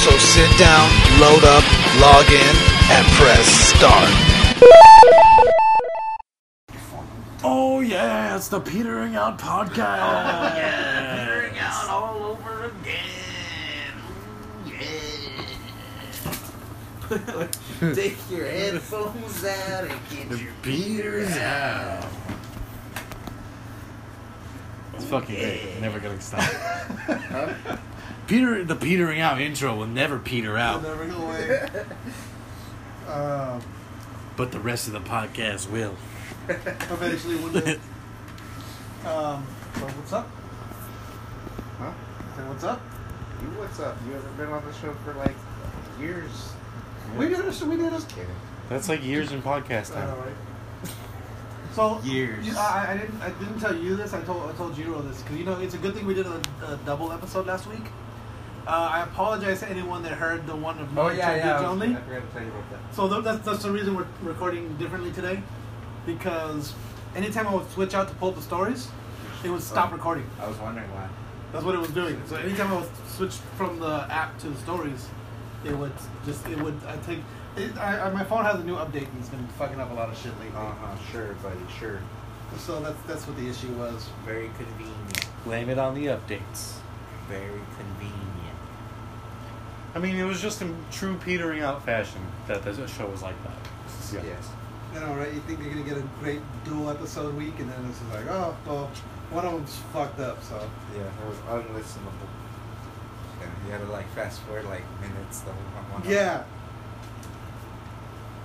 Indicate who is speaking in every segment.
Speaker 1: So sit down, load up, log in, and press start.
Speaker 2: Oh yeah, it's the Petering Out podcast.
Speaker 3: Figuring out all over again. Ooh, yeah. Take your headphones out and get your beaters out.
Speaker 2: It's fucking great. Never gonna stop. Peter, the Petering Out intro will never peter out,
Speaker 4: Never go away. um,
Speaker 2: but the rest of the podcast will.
Speaker 4: eventually one day. Um, but what's up?
Speaker 3: Huh?
Speaker 4: Say what's up?
Speaker 3: You what's up? You haven't been on the show for like years.
Speaker 4: We did this. We did this.
Speaker 3: Kidding.
Speaker 2: That's like years in podcast
Speaker 4: I know, right? So
Speaker 3: Years.
Speaker 4: You, I, I didn't. I didn't tell you this. I told. I told Jiro this because you know it's a good thing we did a, a double episode last week. Uh, I apologize to anyone that heard the one of mine two dudes only.
Speaker 3: Oh, I forgot to tell you about that.
Speaker 4: So th- that's that's the reason we're recording differently today, because anytime I would switch out to pull up the stories, it would stop recording.
Speaker 3: I was wondering why.
Speaker 4: That's what it was doing. So anytime I was switched from the app to the stories, it would just it would I think it, I, I, my phone has a new update and it's been fucking up a lot of shit lately.
Speaker 3: Uh huh. Sure, buddy. Sure.
Speaker 4: So that's that's what the issue was.
Speaker 3: Very convenient.
Speaker 2: Blame it on the updates.
Speaker 3: Very convenient.
Speaker 2: I mean, it was just in true petering out fashion that the show was like that.
Speaker 3: Yes.
Speaker 4: You know, right? You think you're gonna get a great dual episode week, and then it's just like, oh, well, one of them's fucked up. So
Speaker 3: Yeah, it was unlistenable. And you had to like fast forward like minutes the whole one.
Speaker 4: yeah.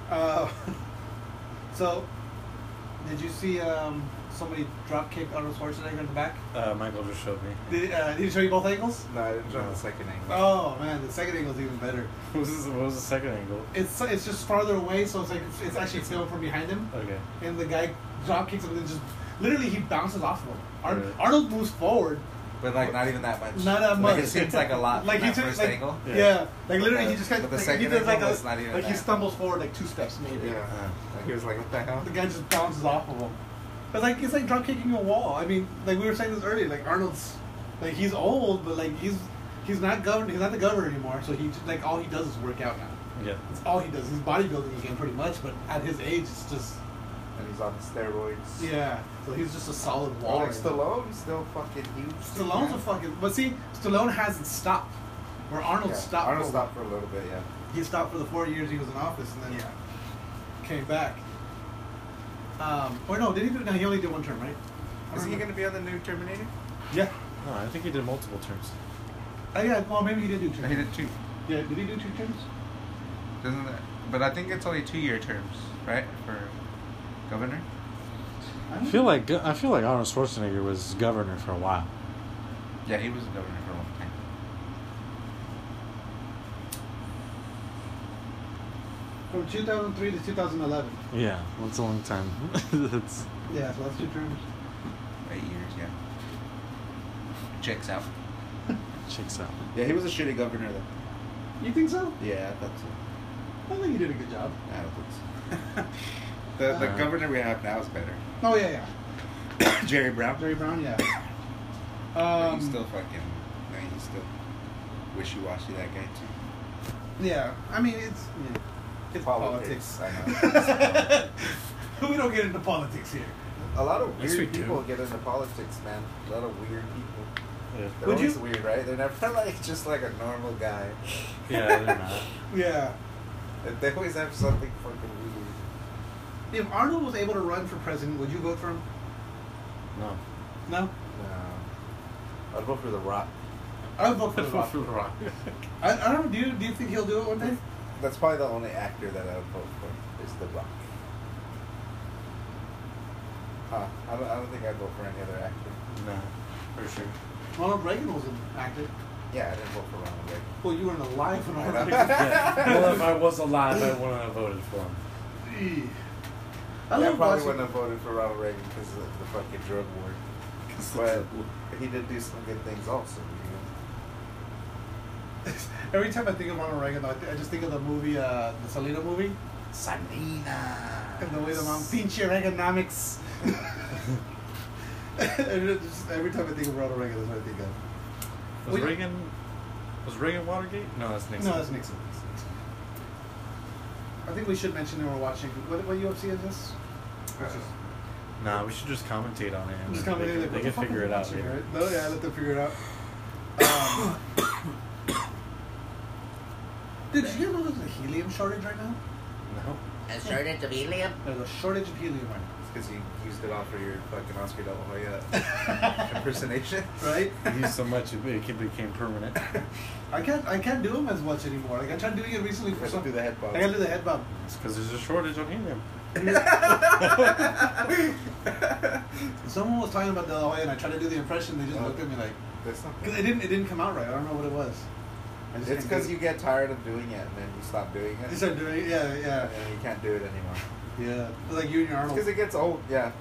Speaker 4: Uh, so did you see um, somebody drop kick Arnold Schwarzenegger in the back?
Speaker 2: Uh, Michael just showed me.
Speaker 4: Did, uh, did he show you both ankles?
Speaker 3: No, I didn't try the second angle.
Speaker 4: Oh man, the second angle's even better.
Speaker 2: What was, the, what was the second angle?
Speaker 4: It's it's just farther away, so it's like it's, it's actually filmed from behind him,
Speaker 2: Okay.
Speaker 4: and the guy drop kicks him and just literally he bounces off of him. Ar-
Speaker 2: Right.
Speaker 4: Arnold moves forward,
Speaker 3: But like not even that much.
Speaker 4: Not that
Speaker 3: Like,
Speaker 4: much.
Speaker 3: it seems like a lot. Like
Speaker 4: like he
Speaker 3: that
Speaker 4: took
Speaker 3: first
Speaker 4: like
Speaker 3: angle.
Speaker 4: yeah.
Speaker 2: Yeah.
Speaker 4: like literally
Speaker 3: But
Speaker 4: he
Speaker 3: the-
Speaker 4: just kind
Speaker 3: but
Speaker 4: of
Speaker 3: the
Speaker 4: like, he
Speaker 3: second
Speaker 4: does like
Speaker 3: angle
Speaker 4: a,
Speaker 3: was not even
Speaker 4: like he
Speaker 3: that.
Speaker 4: stumbles forward like two steps maybe.
Speaker 3: Yeah. Like Uh, he was like, what the hell?
Speaker 4: The guy just bounces off of him. It's like it's like drop kicking a wall. I mean, like we were saying this earlier, like Arnold's like he's old, but like he's he's not governor. He's not the governor anymore. So he just- like all he does is work out now.
Speaker 2: Yeah.
Speaker 4: It's all he does. He's bodybuilding again, pretty much. But at his age, it's just
Speaker 3: And he's on steroids.
Speaker 4: yeah. So he's just a solid
Speaker 3: Well,
Speaker 4: wall.
Speaker 3: like Stallone's still fucking huge.
Speaker 4: Stallone's a fucking. But see, Stallone hasn't stopped. Where Arnold
Speaker 3: Yeah.
Speaker 4: stopped.
Speaker 3: Arnold
Speaker 4: for-
Speaker 3: stopped for a little bit, yeah.
Speaker 4: He stopped for the four years he was in office, and then came back. Um, or no, did he? do- No, he only did one term, right?
Speaker 3: Is he gonna be on the new Terminator?
Speaker 4: Yeah.
Speaker 2: No, I think he did multiple terms.
Speaker 4: Oh yeah. Well, maybe he did do two.
Speaker 3: He did two.
Speaker 4: Yeah. Did he do two terms?
Speaker 3: Doesn't that, but I think it's only two year terms, right? For governor?
Speaker 4: I
Speaker 2: I feel like I feel like Arnold Schwarzenegger was governor for a while.
Speaker 3: Yeah, he was governor for a long time.
Speaker 4: from 2003 to 2011.
Speaker 2: Yeah, that's a long time. that's,
Speaker 4: Yeah. So that's two terms.
Speaker 3: Eight years, yeah. Checks out.
Speaker 2: checks out.
Speaker 3: Yeah, he was a shitty governor though.
Speaker 4: You think so?
Speaker 3: Yeah, I thought so.
Speaker 4: I think he did a good job.
Speaker 3: I don't think so. Uh-huh. the the
Speaker 2: Uh.
Speaker 3: governor we have now is better.
Speaker 4: Oh yeah, yeah.
Speaker 3: Jerry Brown.
Speaker 4: Jerry Brown, yeah.
Speaker 3: But
Speaker 4: Um,
Speaker 3: he's still fucking. I mean, he's still wishy washy that guy too.
Speaker 4: yeah. I mean, it's yeah. it's
Speaker 3: Politics,
Speaker 4: politics.
Speaker 3: I
Speaker 4: we don't get into politics here.
Speaker 3: A lot of
Speaker 2: Yes,
Speaker 3: weird
Speaker 2: we do.
Speaker 3: people get into politics, man. A lot of weird people.
Speaker 2: Yeah.
Speaker 3: They're
Speaker 4: Would
Speaker 3: always
Speaker 4: you-
Speaker 3: weird, right? They're never like just like a normal guy.
Speaker 2: Yeah, they're not.
Speaker 4: Yeah.
Speaker 3: they always have something fucking
Speaker 4: If Arnold was able to run for president, would you vote for him?
Speaker 2: No.
Speaker 4: No.
Speaker 3: weird. No. I'd vote for The Rock.
Speaker 4: I would vote for the Rock.
Speaker 2: rock.
Speaker 4: I, I don't. Do you, do you think he'll do it one day?
Speaker 3: That's probably the only actor that I would vote for is The Rock. Huh. I don't, I don't think I'd vote for any other actor.
Speaker 2: no, for sure.
Speaker 4: Ronald Reagan was an actor.
Speaker 3: Yeah, I didn't vote for Ronald Reagan.
Speaker 4: Well, you weren't alive when I
Speaker 2: Yeah. well, if I was alive, I wouldn't have voted for him.
Speaker 4: Eeh. I
Speaker 3: I,
Speaker 4: love
Speaker 3: probably
Speaker 4: watching.
Speaker 3: wouldn't have voted for Ronald Reagan because of the fucking drug war. But he did do some good things also. You
Speaker 4: Every time I think of Ronald Reagan, I, I just think of the movie, uh, the Salina movie,
Speaker 3: know. Salina.
Speaker 4: and the way the
Speaker 3: Uh,
Speaker 4: mom pinche Reaganomics. And it just- every time I think of Ronald Reagan, that's what I think of.
Speaker 2: Was
Speaker 4: We-
Speaker 2: Reagan? Was Reagan Watergate? No, that's Nixon.
Speaker 4: No, that's Nixon. I think we should mention that we're watching. What, what UFC is this? Which
Speaker 3: Uh,
Speaker 4: is-
Speaker 2: Nah, we should just commentate on it. and
Speaker 4: Just
Speaker 2: then
Speaker 4: come in
Speaker 2: They
Speaker 4: and
Speaker 2: can, they can
Speaker 4: like, what the fuck
Speaker 2: figure
Speaker 4: are
Speaker 2: it
Speaker 4: we
Speaker 2: out
Speaker 4: watching,
Speaker 2: later.
Speaker 4: right? No, yeah, let them figure it out. Um, dude, did you guys know there's a helium shortage right now?
Speaker 2: No.
Speaker 5: A shortage of helium?
Speaker 4: There's a shortage of helium right now.
Speaker 3: Because you used it all for your fucking Oscar De La Hoya impersonation.
Speaker 4: right?
Speaker 2: He used so much it it became permanent.
Speaker 4: I can't I can't do them as much anymore. Like I tried doing it recently
Speaker 3: You
Speaker 4: for
Speaker 3: have to
Speaker 4: some.
Speaker 3: do the head bob.
Speaker 4: I gotta do the head bob.
Speaker 2: It's because there's a shortage on helium.
Speaker 4: Someone was talking about the Hoya and I tried to do the impression. They just
Speaker 3: Oh.
Speaker 4: looked at me like,
Speaker 3: That's not
Speaker 4: 'cause it didn't it didn't come out right. I don't know what it was. I just
Speaker 3: It's
Speaker 4: can't
Speaker 3: because
Speaker 4: do
Speaker 3: you
Speaker 4: it.
Speaker 3: get tired of doing it and then you stop doing
Speaker 4: You
Speaker 3: it.
Speaker 4: started doing it. Yeah, yeah,
Speaker 3: And then you can't do it anymore.
Speaker 4: yeah. Like you and your
Speaker 3: Because
Speaker 4: Arnold.
Speaker 3: it gets old, yeah.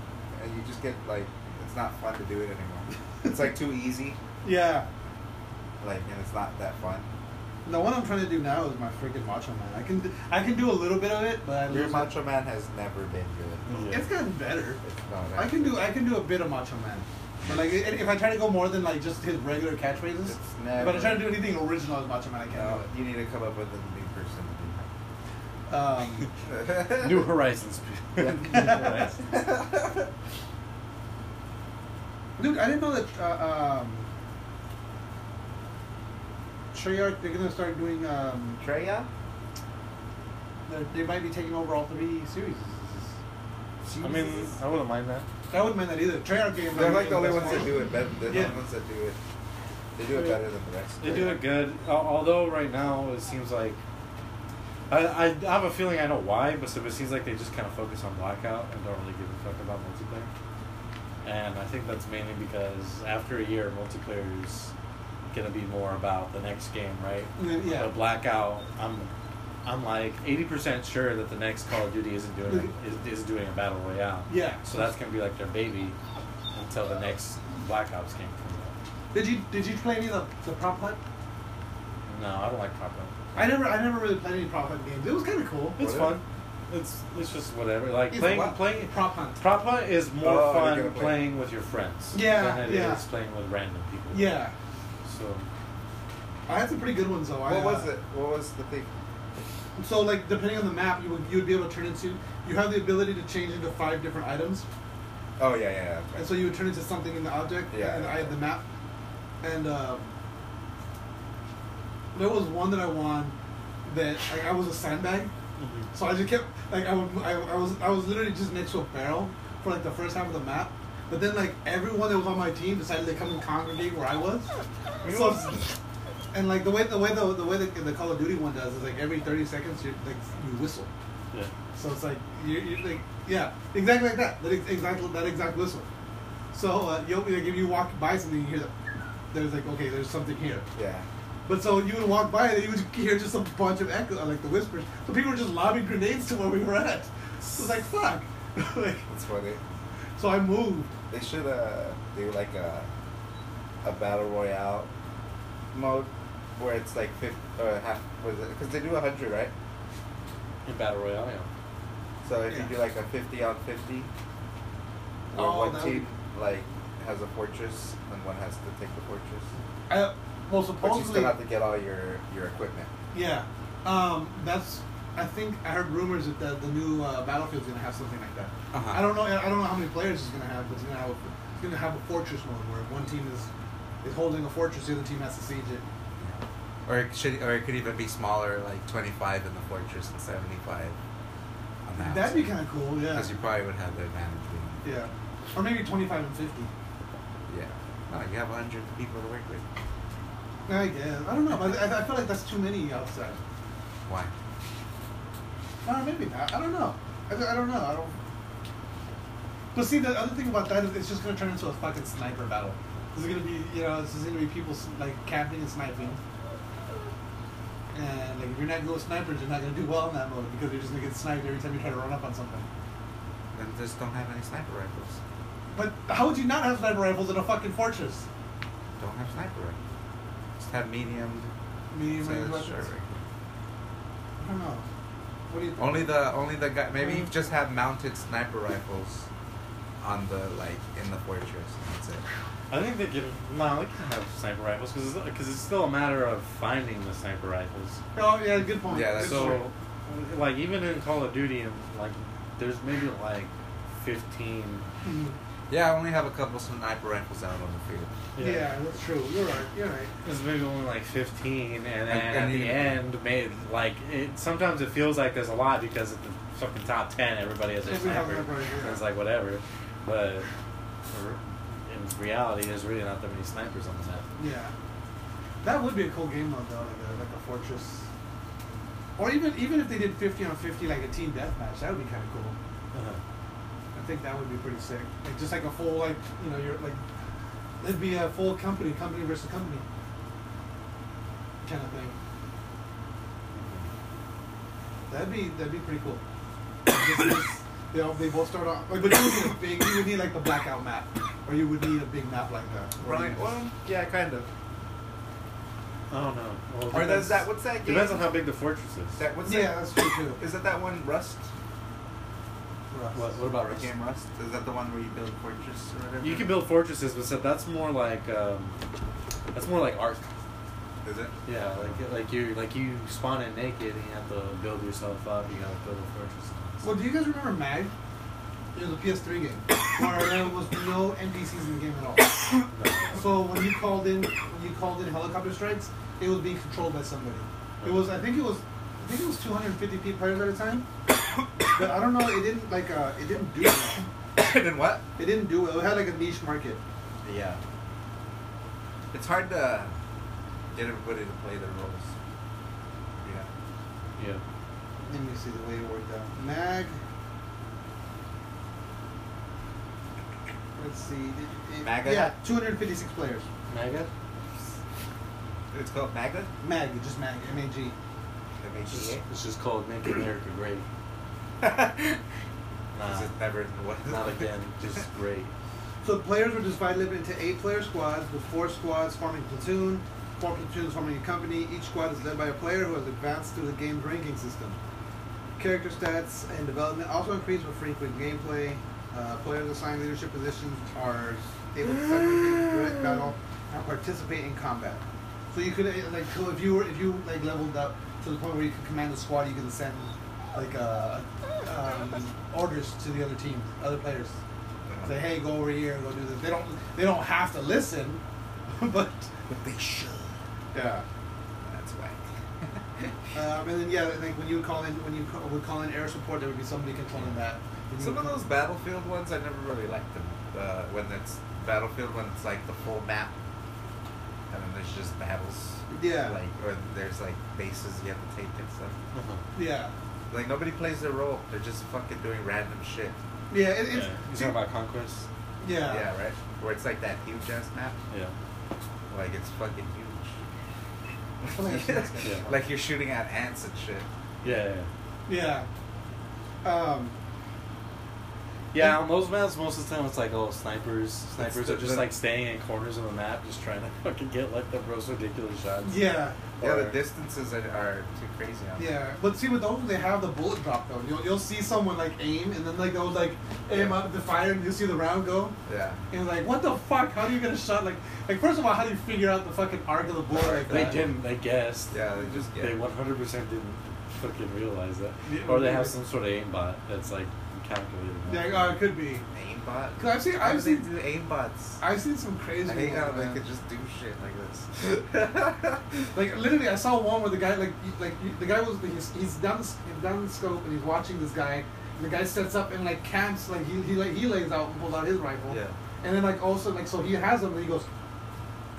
Speaker 3: And you just get like, it's not fun to do it anymore. it's like too easy,
Speaker 4: Yeah.
Speaker 3: like, and it's not that fun.
Speaker 4: The one I'm trying to do now is my freaking Macho Man. I can do, I can do a little bit of it, but I
Speaker 3: Your
Speaker 4: lose
Speaker 3: Macho Man has never been good.
Speaker 4: It. It's gotten better.
Speaker 3: It's not
Speaker 4: I can do I can do a bit of Macho Man, but like i- if I try to go more than like just his regular catchphrases,
Speaker 3: It's
Speaker 4: if I
Speaker 3: never.
Speaker 4: try to do anything original as Macho Man, I can't
Speaker 3: No,
Speaker 4: do
Speaker 3: you need to come up with a new person
Speaker 4: it. Um,
Speaker 3: to do.
Speaker 2: New Horizons. New Horizons.
Speaker 4: Um, dude, I didn't know that. Uh, um, Treyarch, they're gonna start doing. Um,
Speaker 3: Treya?
Speaker 4: they're- they might be taking over all three series.
Speaker 2: I mean, I wouldn't mind that.
Speaker 4: I wouldn't mind that either. Treyarch game.
Speaker 3: they're like the only ones that do it better. They're the
Speaker 4: Yeah.
Speaker 3: only ones that do it. They do it better than the rest.
Speaker 2: They do it good. al- Although right now it seems like I, I, I have a feeling I know why, but so it seems like they just kind of focus on blackout and don't really give a fuck about multiplayer. And I think that's mainly because after a year, multiplayer is gonna be more about the next game, right?
Speaker 4: Yeah.
Speaker 2: But blackout, I'm I'm like eighty percent sure that the next Call of Duty isn't doing is, is doing a battle royale.
Speaker 4: Yeah.
Speaker 2: So that's gonna be like their baby until the next Black Ops game comes out.
Speaker 4: Did you did you play any of the, the prop hunt?
Speaker 2: No, I don't like Pop Gun.
Speaker 4: I never I never really played any prop hunt games. It was kind of cool.
Speaker 2: It's
Speaker 3: Whatever.
Speaker 2: fun. It's it's just whatever. Like
Speaker 4: It's
Speaker 2: playing
Speaker 4: what?
Speaker 2: playing
Speaker 4: Prop hunt.
Speaker 2: prop hunt is more
Speaker 3: Oh, you're
Speaker 2: fun
Speaker 3: gonna play-
Speaker 2: playing with your friends.
Speaker 4: Yeah,
Speaker 2: than it
Speaker 4: yeah.
Speaker 2: is playing with random people.
Speaker 4: Yeah,
Speaker 2: So
Speaker 4: I had some pretty good ones though. I,
Speaker 3: What was
Speaker 4: uh,
Speaker 3: it? What was the thing?
Speaker 4: So like depending on the map, you would you would be able to turn into. You have the ability to change into five different items,
Speaker 3: Oh, yeah, yeah, yeah.
Speaker 4: and so you would turn into something in the object
Speaker 3: Yeah.
Speaker 4: and I had the map. And uh, there was one that I won that like, I was a sandbag,
Speaker 2: Mm-hmm.
Speaker 4: so I just kept like I, would, I I was I was literally just next to a barrel for like the first half of the map. But then like everyone that was on my team decided to come and congregate where I was. So, and like the way the way the, the way the, the Call of Duty one does is like every thirty seconds you like you whistle.
Speaker 2: yeah.
Speaker 4: So it's like you you like yeah exactly like that that ex- exact that exact whistle. So uh, you like if you walk by something you hear that there's like okay there's something here.
Speaker 3: Yeah.
Speaker 4: But so you would walk by and you would hear just a bunch of echo like the whispers. So people were just lobbing grenades to where we were at. So it's like fuck. like,
Speaker 3: That's funny.
Speaker 4: so I moved.
Speaker 3: They should uh, do like a a battle royale mode where it's like fifth or half was it? Because they do a hundred, right?
Speaker 2: In battle royale, yeah.
Speaker 3: So if
Speaker 4: Yeah.
Speaker 3: you do like a fifty on fifty, where
Speaker 4: Oh,
Speaker 3: one
Speaker 4: that would
Speaker 3: team like has a fortress and one has to take the fortress,
Speaker 4: I, well
Speaker 3: but you
Speaker 4: supposedly
Speaker 3: still have to get all your your equipment.
Speaker 4: yeah. Um, that's I think I heard rumors that the, the new uh, Battlefield's gonna have something like that.
Speaker 3: Uh-huh.
Speaker 4: I don't know. I don't know how many players it's gonna have, but it's gonna have a, it's gonna have a fortress mode where one team is is holding a fortress, the other team has to siege it.
Speaker 6: Or it should, or it could even be smaller, like twenty-five in the fortress and seventy-five on the house.
Speaker 4: That'd be kind of cool. Yeah.
Speaker 6: Because you probably would have the advantage. Being,
Speaker 4: Yeah. Or maybe twenty-five and fifty.
Speaker 6: yeah. No, you have hundred people to work with.
Speaker 4: I guess. I don't know. But I, I feel like that's too many outside.
Speaker 6: Why?
Speaker 4: Or maybe not. I don't know. I, I don't know. I don't. But see, the other thing about that is it's just gonna turn into a fucking sniper battle. This is gonna be, you know, this is gonna be people s- like camping and sniping. And like, if you're not good with snipers, you're not gonna do well in that mode because you're just gonna get sniped every time you try to run up on something.
Speaker 3: Then just don't have any sniper rifles.
Speaker 4: But how would you not have sniper rifles in a fucking fortress?
Speaker 3: Don't have sniper rifles. Just have medium.
Speaker 4: Medium
Speaker 3: size
Speaker 4: range weapons.
Speaker 3: short range.
Speaker 4: I don't know. What do you think?
Speaker 3: Only the only the guy. Maybe
Speaker 4: Mhm.
Speaker 3: just have mounted sniper rifles on the like in the fortress. And that's it.
Speaker 2: I think they can. No, they can have sniper rifles because it's, 'cause it's still a matter of finding the sniper rifles.
Speaker 4: Oh yeah, good point.
Speaker 3: Yeah, that's
Speaker 4: Good point.
Speaker 2: So, like even in Call of Duty, and like there's maybe like fifteen.
Speaker 4: Mhm.
Speaker 3: Yeah, I only have a couple sniper rifles out on the field.
Speaker 4: Yeah. that's true. You're right. You're right.
Speaker 2: There's maybe only like 15, and then
Speaker 3: And-
Speaker 2: at
Speaker 3: and
Speaker 2: the
Speaker 3: even-
Speaker 2: end, made like it. Sometimes it feels like there's a lot because at the fucking top 10, everybody has a
Speaker 4: Everybody has
Speaker 2: sniper.
Speaker 4: a sniper, yeah.
Speaker 2: And It's like whatever, but r- in reality, there's really not that many snipers on the map.
Speaker 4: Yeah, that would be a cool game mode though, like a, like a fortress. Or even even if they did fifty on fifty, like a team deathmatch, that would be kind of cool.
Speaker 2: Uh-huh.
Speaker 4: I think that would be pretty sick. Like just like a full like you know you're like it'd be a full company company versus company kind of thing. That'd be that'd be pretty cool. Just- just- they all they both start off like but you would need a big you would need like the blackout map or you would need a big map like that. Or you-
Speaker 3: Right. Well, yeah, kind of.
Speaker 2: Oh no. Well,
Speaker 3: Or
Speaker 2: depends-
Speaker 3: does that? What's that game?
Speaker 2: Depends on how big the fortress is.
Speaker 3: That what's
Speaker 4: yeah,
Speaker 3: that?
Speaker 4: that's true too.
Speaker 3: Is that that one Rust?
Speaker 4: For us.
Speaker 2: what, what about
Speaker 3: The
Speaker 2: Rust?
Speaker 3: game Rust? Is that the one where you build fortress or whatever?
Speaker 2: You can build fortresses, but so that's more like um, that's more like art.
Speaker 3: Is it?
Speaker 2: Yeah, like like you like you spawn in naked and you have to build yourself up. You gotta build a fortress.
Speaker 4: Well, do you guys remember Mag? It was a PS3 game where there was no NPCs in the game at all. So when you called in, when you called in helicopter strikes, it was being controlled by somebody. It was, I think it was, I think it was 250 p- players at a time. But I don't know, it didn't like, uh, it didn't do well.
Speaker 3: then what?
Speaker 4: It didn't do well. It had like a niche market.
Speaker 3: Yeah. It's hard to get everybody to play their roles. Yeah.
Speaker 2: yeah.
Speaker 4: Let me see the way it worked out. Mag. Let's see. It, it,
Speaker 3: Maga?
Speaker 4: Yeah, 256 players.
Speaker 2: Mega?
Speaker 3: It's called MAGA.
Speaker 4: Mag, just Mag, M-A-G.
Speaker 2: It's just,
Speaker 3: M-A-G-A.
Speaker 2: it's just called Make America Great. Nah,
Speaker 3: Because it never was.
Speaker 2: Uh, not again, just great.
Speaker 4: So players were divided up into eight-player squads, with four squads forming a platoon, four platoons forming a company. Each squad is led by a player who has advanced through the game's ranking system. Character stats and development also increase with frequent gameplay. Uh, players assigned leadership positions are able to separate direct battle and participate in combat. So you could uh, like so if you were if you like leveled up to the point where you could command a squad, you could send like uh, um, orders to the other teams, other players say, "Hey, go over here and go do this." They don't they don't have to listen, but
Speaker 3: But they should.
Speaker 4: yeah.
Speaker 3: That's whack.
Speaker 4: Um, and then yeah, like when you would call in when you ca- would call in air support, there would be somebody controlling that. And you
Speaker 3: Some
Speaker 4: would-
Speaker 3: of those battlefield ones I never really liked them. Uh, when it's battlefield, when it's like the full map, and then there's just battles.
Speaker 4: Yeah.
Speaker 3: Like or there's like bases you have to take and stuff.
Speaker 4: yeah,
Speaker 3: Like nobody plays their role. They're just fucking doing random shit.
Speaker 4: yeah, it, it's
Speaker 2: You
Speaker 4: see-
Speaker 2: talking about Conquest?
Speaker 4: yeah.
Speaker 3: Yeah, right. Where it's like that huge ass map.
Speaker 2: Yeah.
Speaker 3: Like it's fucking
Speaker 4: Oh, yeah,
Speaker 3: huge.
Speaker 4: that's
Speaker 2: good.
Speaker 3: Like you're shooting at ants and shit.
Speaker 2: Yeah, yeah.
Speaker 4: yeah. Um,
Speaker 2: Yeah, on those maps, most of the time it's like, oh, snipers. Snipers
Speaker 3: the-
Speaker 2: are just
Speaker 3: the-
Speaker 2: like staying in corners of the map, just trying to fucking get like the most ridiculous shots.
Speaker 4: yeah.
Speaker 3: Yeah, the
Speaker 2: Or-
Speaker 3: distances are, are too crazy. On that.
Speaker 4: Yeah, but see with those they have the bullet drop though. You'll, you'll see someone like aim and then like they'll like aim out the fire and you see the round go
Speaker 3: Yeah.
Speaker 4: and like what the fuck? How do you get a shot? Like like first of all, how do you figure out the fucking arc of the bullet? Like
Speaker 2: They
Speaker 4: that?
Speaker 2: didn't, they guessed.
Speaker 3: Yeah, they just get.
Speaker 2: They 100% didn't fucking realize that.
Speaker 4: Yeah,
Speaker 2: Or they have
Speaker 4: yeah.
Speaker 2: some sort of aimbot that's like calculated.
Speaker 4: Yeah, uh, it could be.
Speaker 3: aimbot.
Speaker 4: 'Cause I've seen-
Speaker 3: How
Speaker 4: I've
Speaker 3: do they
Speaker 4: seen-
Speaker 3: do aimbots.
Speaker 4: I've seen some crazy.
Speaker 3: I hate how
Speaker 4: ones,
Speaker 3: they
Speaker 4: man.
Speaker 3: could just do shit like this.
Speaker 4: Like literally, I saw one where the guy like he- like he- the guy was he's, he's down the s- he's down the scope and he's watching this guy. And the guy sets up and like camps like he he like he lays out and pulls out his rifle.
Speaker 3: Yeah.
Speaker 4: And then like also like so he has him and he goes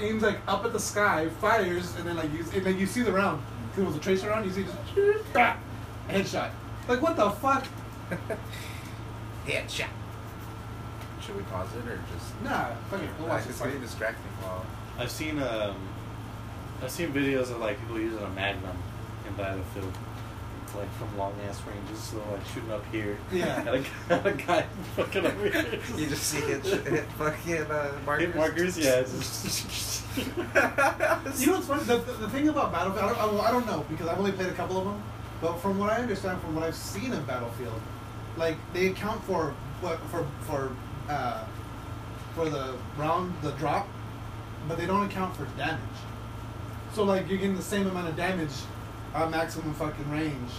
Speaker 4: aims like up at the sky, fires, and then like you and then you see the round. 'Cause It was a tracer round. You see just bah, headshot. Like what the fuck?
Speaker 3: Headshot.
Speaker 6: should we pause it or just?
Speaker 4: Nah, fuck it. We'll watch it.
Speaker 6: it's
Speaker 4: Fuck
Speaker 6: really
Speaker 4: it.
Speaker 6: distracting. While
Speaker 2: I've seen um, I've seen videos of like people using a magnum in battlefield, like from long ass ranges, so like shooting up here.
Speaker 4: Yeah.
Speaker 2: and a, and a guy fucking over here.
Speaker 6: you just see it, hit fucking uh, markers.
Speaker 2: Hit markers, yeah. it's just-
Speaker 4: You know what's funny? The, the, the thing about Battlefield, I don't, I, I don't know because I've only played a couple of them, but from what I understand, from what I've seen of Battlefield, like they account for what for for uh, for the round the drop, but they don't account for damage. So like you're getting the same amount of damage on maximum fucking range.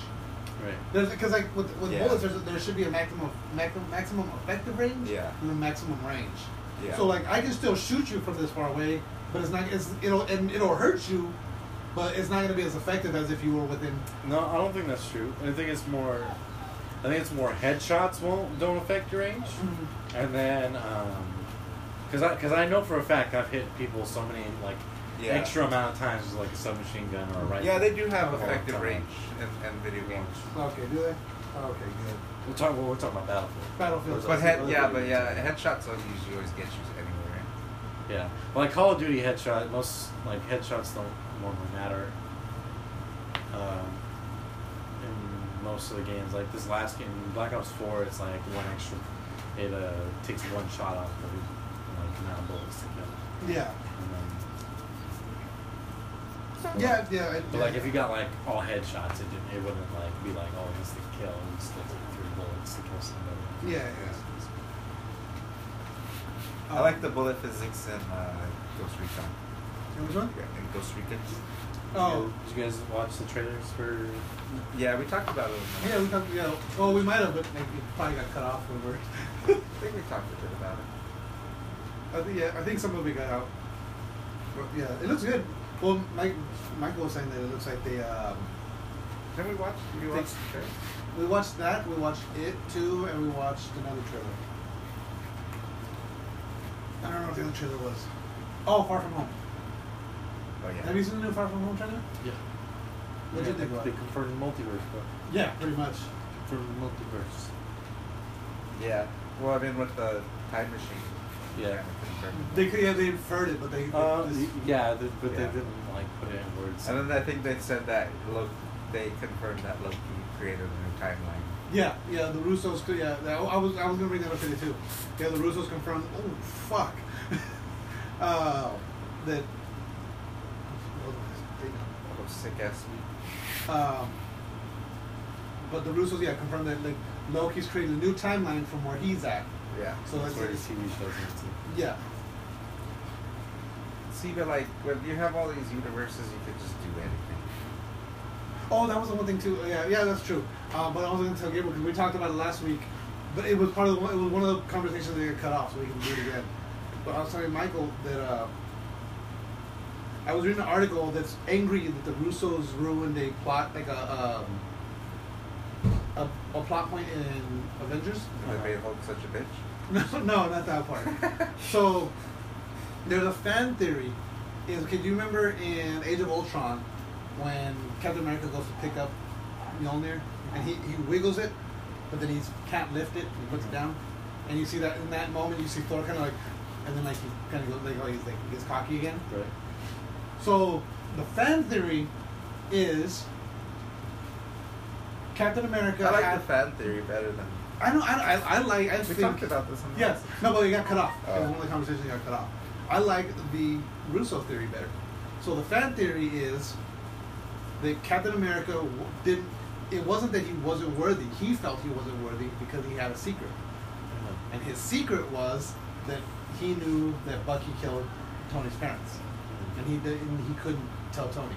Speaker 2: right.
Speaker 4: There's because like with, with
Speaker 3: Yeah.
Speaker 4: bullets, there's, there should be a maximum maximum maximum effective range
Speaker 3: Yeah.
Speaker 4: and a maximum range.
Speaker 3: Yeah.
Speaker 4: So like I can still shoot you from this far away, but it's not it's, it'll and it'll hurt you, but it's not gonna be as effective as if you were within.
Speaker 2: No, I don't think that's true. I think it's more. I think it's more headshots won't don't affect your range, and then um, because I because I know for a fact I've hit people so many like
Speaker 3: Yeah.
Speaker 2: extra amount of times with like a submachine gun or a rifle.
Speaker 6: Yeah, they do have
Speaker 2: Oh,
Speaker 6: effective
Speaker 2: come on.
Speaker 6: range in, in video games.
Speaker 4: Okay, do they? Okay, good.
Speaker 2: We're talking. Well, we're talking about battlefield.
Speaker 4: Battlefield.
Speaker 6: But head, yeah, but yeah, headshots don't usually always get you anywhere.
Speaker 2: Yeah. Well, like Call of Duty headshot, most like headshots don't normally matter. Um, in most of the games, like this last game, Black Ops Four, it's like one extra. It uh, takes one shot off of every like amount of bullets to kill.
Speaker 4: Yeah.
Speaker 2: And then,
Speaker 4: Yeah, yeah. I-
Speaker 2: but like if you got like all headshots, it didn't, it wouldn't like be like oh it's the kill. It would still take three bullets to kill somebody.
Speaker 4: Yeah, yeah.
Speaker 6: I
Speaker 4: Oh.
Speaker 6: like the bullet physics in uh, Ghost Recon.
Speaker 4: Which one?
Speaker 6: Yeah, in Ghost Recon.
Speaker 4: Oh,
Speaker 2: Did you guys watch the trailers for?
Speaker 6: Yeah, we talked about it. in the-
Speaker 4: yeah. We talked. Yeah. Oh, we might have, but like, it probably got cut off when we we're.
Speaker 6: I think we talked a bit about it.
Speaker 4: I think, yeah, I think some of it got out. But yeah, it looks good. Well, Mike, Michael was saying that it looks like they. Um,
Speaker 6: Then we watched. You
Speaker 4: Think-
Speaker 6: watched the trailer?
Speaker 4: we watched that. We watched it too, and we watched another trailer. I don't know what the other trailer was. Oh, Far From Home.
Speaker 6: Oh yeah.
Speaker 4: Have you seen the new Far From Home trailer?
Speaker 2: Yeah.
Speaker 4: What did they
Speaker 2: they,
Speaker 4: go out?
Speaker 2: they confirmed multiverse, but
Speaker 4: Yeah, pretty much.
Speaker 2: confirmed multiverse.
Speaker 6: Yeah. Well, I mean, with the time machine.
Speaker 2: Yeah.
Speaker 4: They could, yeah, they inferred it, but they.
Speaker 2: Uh,
Speaker 4: this-
Speaker 2: yeah, th- but they
Speaker 6: Yeah.
Speaker 2: didn't like put it in words.
Speaker 6: And then I think they said that look, they confirmed that Loki created a new timeline.
Speaker 4: Yeah, yeah, the Russos. could- Yeah, that- I was I was gonna bring that up today too. Yeah, the Russos confirmed. Oh fuck, uh, that.
Speaker 6: Oh, sick ass.
Speaker 4: Um, but the Russos, yeah, confirmed that like Loki's created a new timeline from where he's at.
Speaker 6: Yeah.
Speaker 4: So that's,
Speaker 2: that's where
Speaker 4: it.
Speaker 2: the TV shows into.
Speaker 4: yeah,
Speaker 6: See, but like when you have all these universes, you could just do anything.
Speaker 4: Oh, that was the one thing too. Yeah, yeah, that's true. Uh, but I was going to tell Gabriel because we talked about it last week. But it was part of the, it was one of the conversations that got cut off, so we can do it again. But I was telling Michael that uh, I was reading an article that's angry that the Russos ruined a plot, like a um, a, a plot point in Avengers.
Speaker 6: And They made Hulk such a bitch.
Speaker 4: No, no, not that part. so there's a fan theory. Is okay? Do you remember in Age of Ultron when Captain America goes to pick up Mjolnir and he, he wiggles it, but then he can't lift it. He puts it down, and you see that in that moment you see Thor kind of like, and then like he kind of goes like oh he's like gets cocky again.
Speaker 2: Right.
Speaker 4: So the fan theory is Captain America.
Speaker 6: I like
Speaker 4: had-
Speaker 6: the fan theory better than.
Speaker 4: I know. I, I, I like. I
Speaker 6: We
Speaker 4: think
Speaker 6: talked about this. in the
Speaker 4: Yes.
Speaker 6: last-
Speaker 4: No, but it got cut off.
Speaker 6: Oh.
Speaker 4: It was one of the conversations that got cut off. I like the Russo theory better. So the fan theory is that Captain America w- didn't. It wasn't that he wasn't worthy. He felt he wasn't worthy because he had a secret, and his secret was that he knew that Bucky killed Tony's parents, and
Speaker 2: Mm-hmm.
Speaker 4: he did, and he couldn't tell Tony.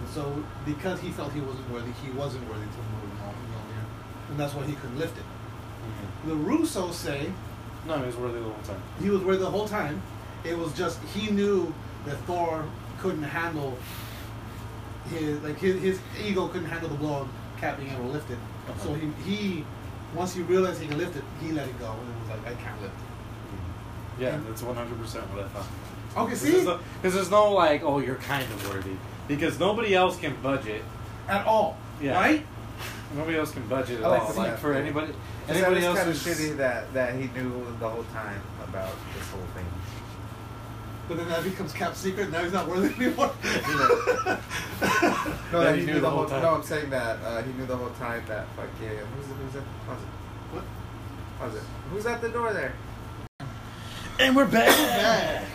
Speaker 4: And so because he felt he wasn't worthy, he wasn't worthy to move on, and that's why he couldn't lift it. The Russos say
Speaker 2: No, he was worthy the whole time.
Speaker 4: he was with the whole time. It was just he knew that Thor couldn't handle his like his, his ego couldn't handle the blow of Cap being able to lift it. So he he once he realized he could lift it, he let it go and it was like I can't lift it.
Speaker 2: Yeah, that's one hundred percent what I thought.
Speaker 4: Okay,
Speaker 2: Because
Speaker 4: see
Speaker 2: there's, no- 'cause there's no like, oh, you're kind of worthy, because nobody else can budget.
Speaker 4: at all, right?
Speaker 2: Yeah. nobody else can budget at
Speaker 3: I like
Speaker 2: all.
Speaker 3: this
Speaker 2: Like
Speaker 3: map.
Speaker 2: for anybody,
Speaker 3: Anybody
Speaker 2: anybody else
Speaker 3: kind of
Speaker 2: who's
Speaker 3: shitty that, that he knew the whole time about this whole thing.
Speaker 4: But then that becomes cap secret. Now he's not worth it anymore.
Speaker 3: No,
Speaker 2: That
Speaker 3: that
Speaker 2: he
Speaker 3: he,
Speaker 2: knew the
Speaker 3: knew, the
Speaker 2: whole
Speaker 3: whole.
Speaker 2: time.
Speaker 3: No, I'm saying that uh, he knew the whole time that fucking who's it? Who's it? Pause it.
Speaker 4: What?
Speaker 3: Pause it. Who's at the door there?
Speaker 2: and we're back.
Speaker 4: Bad.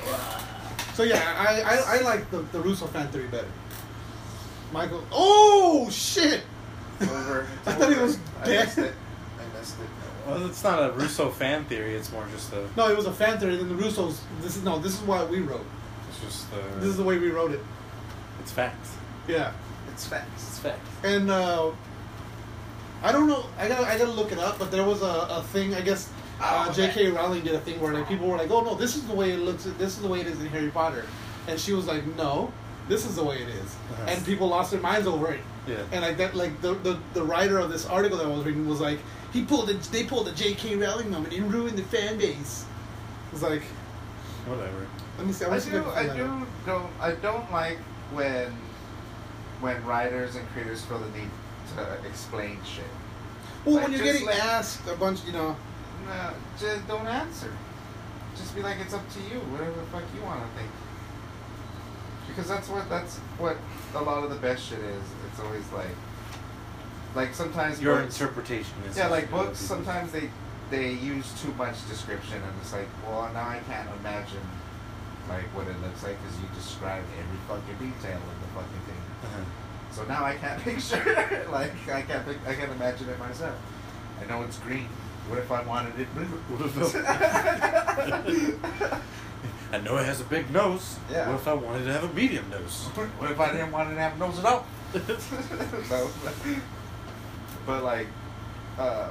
Speaker 4: So yeah, I I, I like the, the Russo fan theory better. Michael. Oh shit!
Speaker 3: It's over. It's
Speaker 4: I thought he
Speaker 3: over.
Speaker 4: was
Speaker 3: I missed
Speaker 4: dead.
Speaker 3: it. I missed it.
Speaker 2: Well, it's not a Russo fan theory. It's more just a.
Speaker 4: No, it was a fan theory. Then the Russos. This is no. This is why we wrote.
Speaker 2: It's just a.
Speaker 4: This is the way we wrote it.
Speaker 2: It's facts.
Speaker 4: Yeah.
Speaker 3: It's facts.
Speaker 2: It's facts.
Speaker 4: and uh, I don't know. I gotta I gotta look it up. But there was a, a thing. I guess uh, J.K. Rowling did a thing where like people were like, "Oh no, this is the way it looks. This is the way it is in Harry Potter," and she was like, "No, this is the way it is."
Speaker 2: Uh-huh.
Speaker 4: And people lost their minds over it.
Speaker 2: Yeah.
Speaker 4: And like that, like the, the the writer of this article that I was reading was like, he pulled the they pulled the J.K. Rowling moment and ruined the fan base. It's like,
Speaker 2: Whatever.
Speaker 4: let me see. I'm
Speaker 3: I
Speaker 4: just
Speaker 3: do.
Speaker 4: gonna-
Speaker 3: I do. Don't. I don't like when when writers and creators feel the need to explain shit.
Speaker 4: Well,
Speaker 3: Like,
Speaker 4: when you're
Speaker 3: just
Speaker 4: getting
Speaker 3: like-
Speaker 4: asked a bunch, you know.
Speaker 3: No, just don't answer. Just be like, it's up to you. Whatever the fuck you want to think. Because that's what that's what a lot of the best shit is. It's always like, like sometimes
Speaker 2: Your
Speaker 3: books-
Speaker 2: interpretation is.
Speaker 3: Yeah, like books. Sometimes they they use too much description, and it's like, well, now I can't imagine like what it looks like because you described every fucking detail of the fucking thing.
Speaker 2: Uh-huh.
Speaker 3: So now I can't picture. like I can't. pic- I can't imagine it myself. I know it's green. What if I wanted it blue?
Speaker 2: What if- I know it has a big nose.
Speaker 3: Yeah.
Speaker 2: What if I wanted to have a medium nose?
Speaker 3: What if I didn't want to have nose at all? no. But like, uh,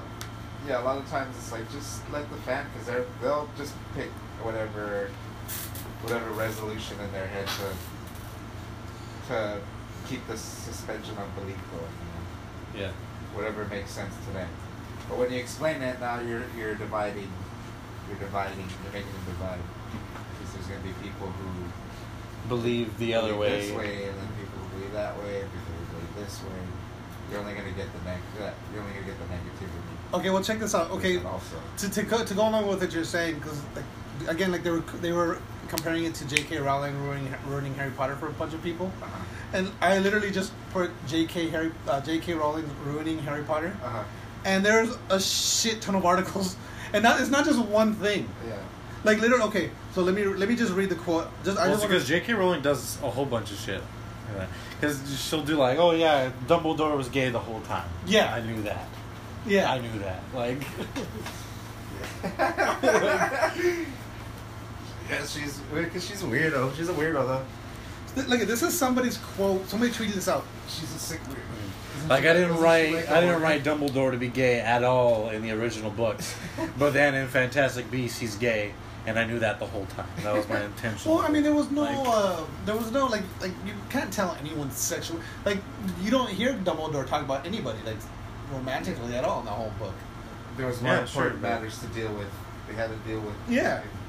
Speaker 3: yeah, a lot of times it's like just let the fan because they're they'll just pick whatever, whatever resolution in their head to to keep the suspension of belief going. You
Speaker 2: yeah.
Speaker 3: know? Whatever makes sense to them. But when you explain it, now you're you're dividing, you're dividing, you're making them divide. Because there's gonna be people who
Speaker 2: Believe the other
Speaker 3: believe
Speaker 2: way.
Speaker 3: This way, and then people believe that way, and people believe this way. You're only gonna get the neg- that- You're only gonna get the negativity.
Speaker 4: Okay, well check this out. Oh, Okay,
Speaker 3: And Also,
Speaker 4: to, to, go, to go along with what you're saying, because like, again, like they were they were comparing it to J.K. Rowling ruining ruining Harry Potter for a bunch of people,
Speaker 3: uh huh,
Speaker 4: and I literally just put J.K. Harry uh, J.K. Rowling ruining Harry Potter,
Speaker 3: uh huh,
Speaker 4: and there's a shit ton of articles, and not, it's not just one thing.
Speaker 3: yeah.
Speaker 4: Like literally, okay, so let me let me just read the quote. Just I
Speaker 2: Well,
Speaker 4: just wanna-
Speaker 2: because J.K. Rowling does a whole bunch of shit. Because she'll do like, oh yeah, Dumbledore was gay the whole time.
Speaker 4: Yeah.
Speaker 2: I knew that.
Speaker 4: yeah,
Speaker 2: I knew that. Like,
Speaker 3: Yeah, she's because she's a weirdo. She's a weirdo though.
Speaker 4: Th- Look, this is somebody's quote. Somebody tweeted this out.
Speaker 3: She's a sick weirdo.
Speaker 2: like I didn't
Speaker 3: Doesn't she
Speaker 2: write,
Speaker 3: like
Speaker 2: I didn't
Speaker 3: Dumbledore?
Speaker 2: write Dumbledore to be gay at all in the original books, but then in Fantastic Beasts he's gay, and I knew that the whole time. That was my intention.
Speaker 4: Well, I mean, there was no,
Speaker 2: Like-
Speaker 4: uh, there was no like, like you can't tell anyone's sexual, like you don't hear Dumbledore talk about anybody like romantically at all in the whole book.
Speaker 3: There was more
Speaker 2: Yeah, sure,
Speaker 3: important
Speaker 2: but-
Speaker 3: matters to deal with. They had to deal with.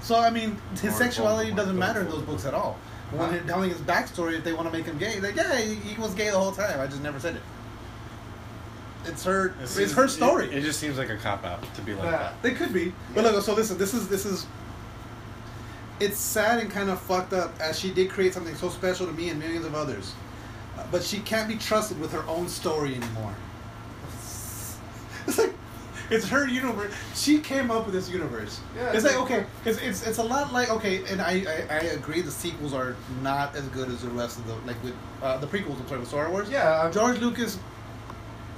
Speaker 4: So I mean, his
Speaker 3: Or
Speaker 4: sexuality
Speaker 3: Voldemort,
Speaker 4: doesn't matter in those
Speaker 3: Voldemort.
Speaker 4: books at all. When they're telling his backstory, if they want to make him gay, like yeah, he, he was gay the whole time. I just never said it. It's her.
Speaker 2: It
Speaker 4: It's,
Speaker 2: seems-
Speaker 4: her story.
Speaker 2: It, it just seems like a cop out to be like
Speaker 3: Yeah.
Speaker 4: They could be. But look, so listen, this is this is it's sad and kind of fucked up as she did create something so special to me and millions of others. Uh, But she can't be trusted with her own story anymore. It's like it's her universe. She came up with this universe.
Speaker 3: Yeah,
Speaker 4: it's
Speaker 3: it's
Speaker 4: like
Speaker 3: like-
Speaker 4: okay, it's, it's it's a lot like okay, and I, I I agree the sequels are not as good as the rest of the like with uh, the prequels. I'm sorry, with Star Wars.
Speaker 3: Yeah, I'm-
Speaker 4: George Lucas.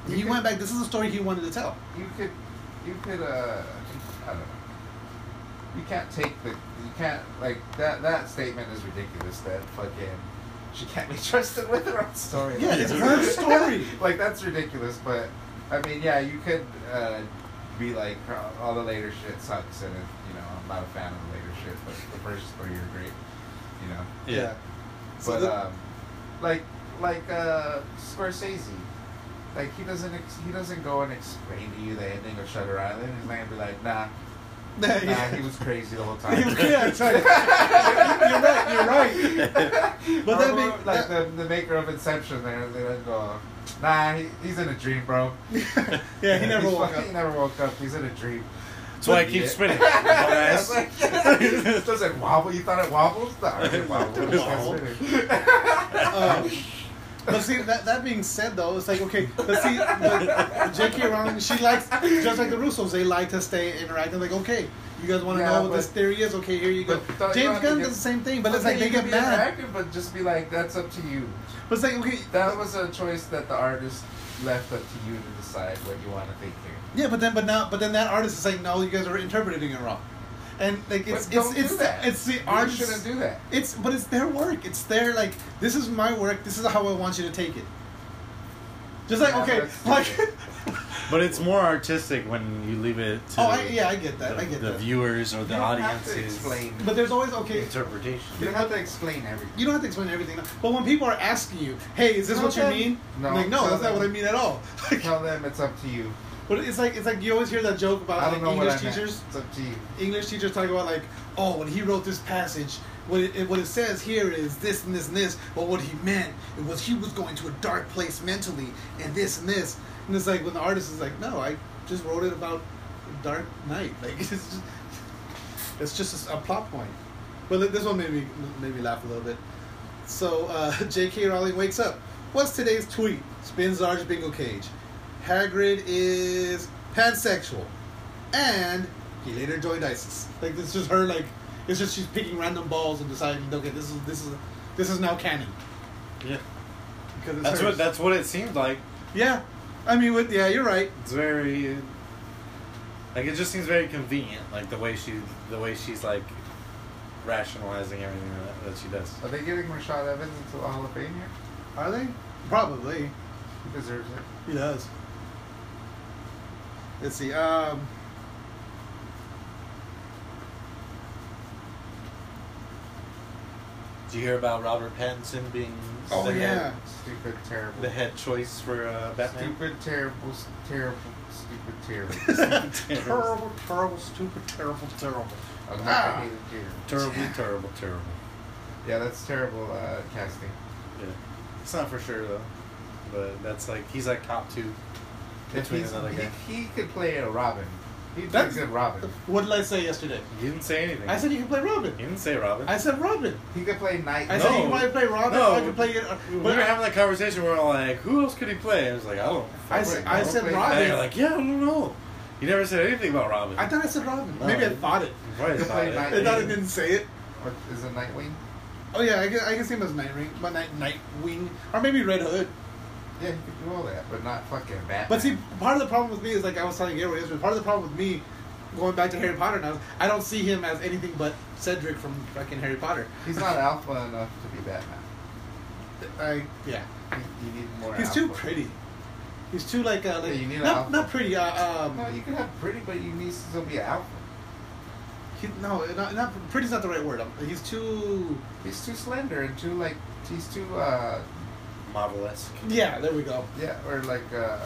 Speaker 3: You
Speaker 4: He
Speaker 3: could-
Speaker 4: went back. This is a story he wanted to tell.
Speaker 3: you could you could uh I don't know. You can't take the you can't like that that statement is ridiculous that fucking she can't be trusted with her own story.
Speaker 4: Yeah, it's her story.
Speaker 3: like that's ridiculous, but I mean yeah, you could uh be like "Oh, all the later shit sucks and it, you know, I'm not a fan of the later shit, but the first three are great. You know.
Speaker 2: Yeah.
Speaker 4: So
Speaker 3: But
Speaker 4: the-
Speaker 3: um, like like uh, Scorsese, like he doesn't ex- he doesn't go and explain to you the ending of Shutter Island. He's not gonna be like, nah, Nah, he was crazy the whole time.
Speaker 4: yeah, it's right. you're right. You're right. But that
Speaker 3: Remember,
Speaker 4: make-
Speaker 3: like the, the maker of Inception, there they didn't go. Nah, he, he's in a dream, bro.
Speaker 4: Yeah, he never
Speaker 3: He's
Speaker 4: woke
Speaker 3: fucking-
Speaker 4: up.
Speaker 3: He never woke up. He's in a dream.
Speaker 2: That's why I keep
Speaker 3: Yeah.
Speaker 2: spinning.
Speaker 3: That's
Speaker 2: dumbass.
Speaker 3: like, does it wobble? You thought it wobbles? No, it didn't wobble. It
Speaker 2: Wobble.
Speaker 3: was just
Speaker 4: Um, but see, that, that being said, though, it's like okay, but see, the, J.K. Rowling, she likes just like the Russos, they like to stay interacting. Like, okay, you guys want to
Speaker 3: Yeah,
Speaker 4: know what
Speaker 3: but-
Speaker 4: this theory is? Okay, here you go.
Speaker 3: but don't- you don't
Speaker 4: James
Speaker 3: have to
Speaker 4: Gunn
Speaker 3: get-
Speaker 4: does the same thing, but it's
Speaker 3: Okay,
Speaker 4: like they
Speaker 3: you can be
Speaker 4: get mad.
Speaker 3: interactive, but just be like, that's up to you.
Speaker 4: But it's like okay,
Speaker 3: That was a choice that the artist left up to you to decide what you want to think here.
Speaker 4: yeah, but then but now but then that artist is saying no, you guys are interpreting it wrong, and like it's
Speaker 3: but
Speaker 4: it's
Speaker 3: don't
Speaker 4: it's
Speaker 3: do
Speaker 4: the-
Speaker 3: that.
Speaker 4: it's the
Speaker 3: You
Speaker 4: artist.
Speaker 3: shouldn't do that.
Speaker 4: It's but it's their work. It's their like this is my work. This is how I want you to take it. Just like
Speaker 3: Yeah,
Speaker 4: okay,
Speaker 3: that's
Speaker 4: like
Speaker 3: stupid.
Speaker 2: But it's more artistic when you leave it to
Speaker 4: oh I, yeah, I get that.
Speaker 2: the,
Speaker 4: I get
Speaker 2: the
Speaker 4: that.
Speaker 2: viewers or
Speaker 3: You
Speaker 2: the
Speaker 3: don't have
Speaker 2: audience's
Speaker 3: to explain.
Speaker 4: But there's always okay.
Speaker 2: interpretation.
Speaker 3: You don't have to explain everything.
Speaker 4: You don't have to explain everything, but when people are asking you, "Hey, is this
Speaker 3: Tell
Speaker 4: what you
Speaker 3: them.
Speaker 4: mean?"
Speaker 3: No,
Speaker 4: like no,
Speaker 3: tell
Speaker 4: that's not
Speaker 3: them.
Speaker 4: what I mean at all. Like,
Speaker 3: Tell them it's up to you.
Speaker 4: but it's like it's like you always hear that joke about
Speaker 3: I
Speaker 4: like
Speaker 3: don't know
Speaker 4: Uh, English
Speaker 3: what I meant.
Speaker 4: teachers.
Speaker 3: It's up to you.
Speaker 4: English teachers talk about like, oh, when he wrote this passage, what it, what it says here is this and this and this, but what he meant it was he was going to a dark place mentally, and this and this, and it's like when the artist is like, no, I just wrote it about a dark night, like it's just, it's just a, plot point. But like, this one made me made me laugh a little bit. So uh, J.K. Rowling wakes up. What's today's tweet? Spins large bingo cage. Hagrid is pansexual and he later joined ISIS. Like it's just her like it's just she's picking random balls and deciding okay this is this is this is now canon
Speaker 2: Yeah,
Speaker 4: because it's
Speaker 2: that's
Speaker 4: hers.
Speaker 2: what that's what it seemed like.
Speaker 4: yeah. I mean with yeah you're right.
Speaker 2: It's very like it just seems very convenient, like the way she the way she's like rationalizing everything that, that she does.
Speaker 3: Are they getting Rashad Evans into the Hall of Fame here?
Speaker 4: Are they? Probably.
Speaker 3: He deserves it.
Speaker 4: He does. Let's see. Um,
Speaker 2: Did you hear about Robert Pattinson being
Speaker 3: Oh,
Speaker 2: the,
Speaker 4: yeah.
Speaker 2: head,
Speaker 3: Stupid, terrible.
Speaker 2: the head choice for uh, Batman?
Speaker 3: Stupid, terrible, s- terrible, stupid, terrible.
Speaker 4: terrible, terrible, stupid, terrible, terrible.
Speaker 3: I'm not
Speaker 4: Ah.
Speaker 3: gonna hate it here.
Speaker 2: Terribly terrible, terrible.
Speaker 3: Yeah, that's terrible uh, casting.
Speaker 2: Yeah, it's not for sure though, but that's like he's like top two.
Speaker 3: If
Speaker 2: Between
Speaker 3: he's-
Speaker 2: another guy.
Speaker 3: he, he could play a Robin. He'd be a
Speaker 4: That's-
Speaker 3: good Robin.
Speaker 4: What did I say yesterday?
Speaker 2: He didn't say anything.
Speaker 4: I said you can play Robin.
Speaker 2: he didn't say Robin.
Speaker 4: I said Robin.
Speaker 3: He could play Night.
Speaker 4: I said you
Speaker 2: No.
Speaker 4: can probably play Robin.
Speaker 2: No.
Speaker 4: I can play. Uh,
Speaker 2: we were
Speaker 4: but
Speaker 2: having that conversation. We are all like, "Who else could he play?" I was like, "I don't."
Speaker 4: I,
Speaker 2: fucking
Speaker 4: said-
Speaker 2: know."
Speaker 4: I said
Speaker 3: Don't play-
Speaker 2: And you're
Speaker 4: Robin.
Speaker 2: like, yeah, I don't know. You never said anything about Robin.
Speaker 4: I thought I said Robin.
Speaker 2: No,
Speaker 4: Maybe I
Speaker 2: you-
Speaker 4: thought it.
Speaker 2: You probably
Speaker 3: You
Speaker 2: thought
Speaker 3: played
Speaker 2: it.
Speaker 3: Night
Speaker 4: I thought I didn't say it.
Speaker 3: What, is it Nightwing?
Speaker 4: Oh yeah, I can, I can see him as Nightwing, but Night Nightwing, or maybe Red Hood.
Speaker 3: Yeah, he could do all that, but not fucking Batman.
Speaker 4: But see, part of the problem with me is like I was telling everyone yesterday. Part of the problem with me, going back to Harry Potter now, is I don't see him as anything but Cedric from fucking Harry Potter.
Speaker 3: he's not alpha enough to be Batman.
Speaker 4: I yeah,
Speaker 3: He- You need more.
Speaker 4: he's
Speaker 3: alpha.
Speaker 4: too pretty. He's too like uh, like
Speaker 3: Yeah, you need an
Speaker 4: not,
Speaker 3: alpha.
Speaker 4: not pretty. Uh, um,
Speaker 3: No, you can have pretty, but you need to still be an alpha.
Speaker 4: he, no, not, not pretty's not the right word. Um, He's too
Speaker 3: He's too slender and too like he's too uh
Speaker 2: Model-esque.
Speaker 4: yeah. There we go.
Speaker 3: yeah or like uh.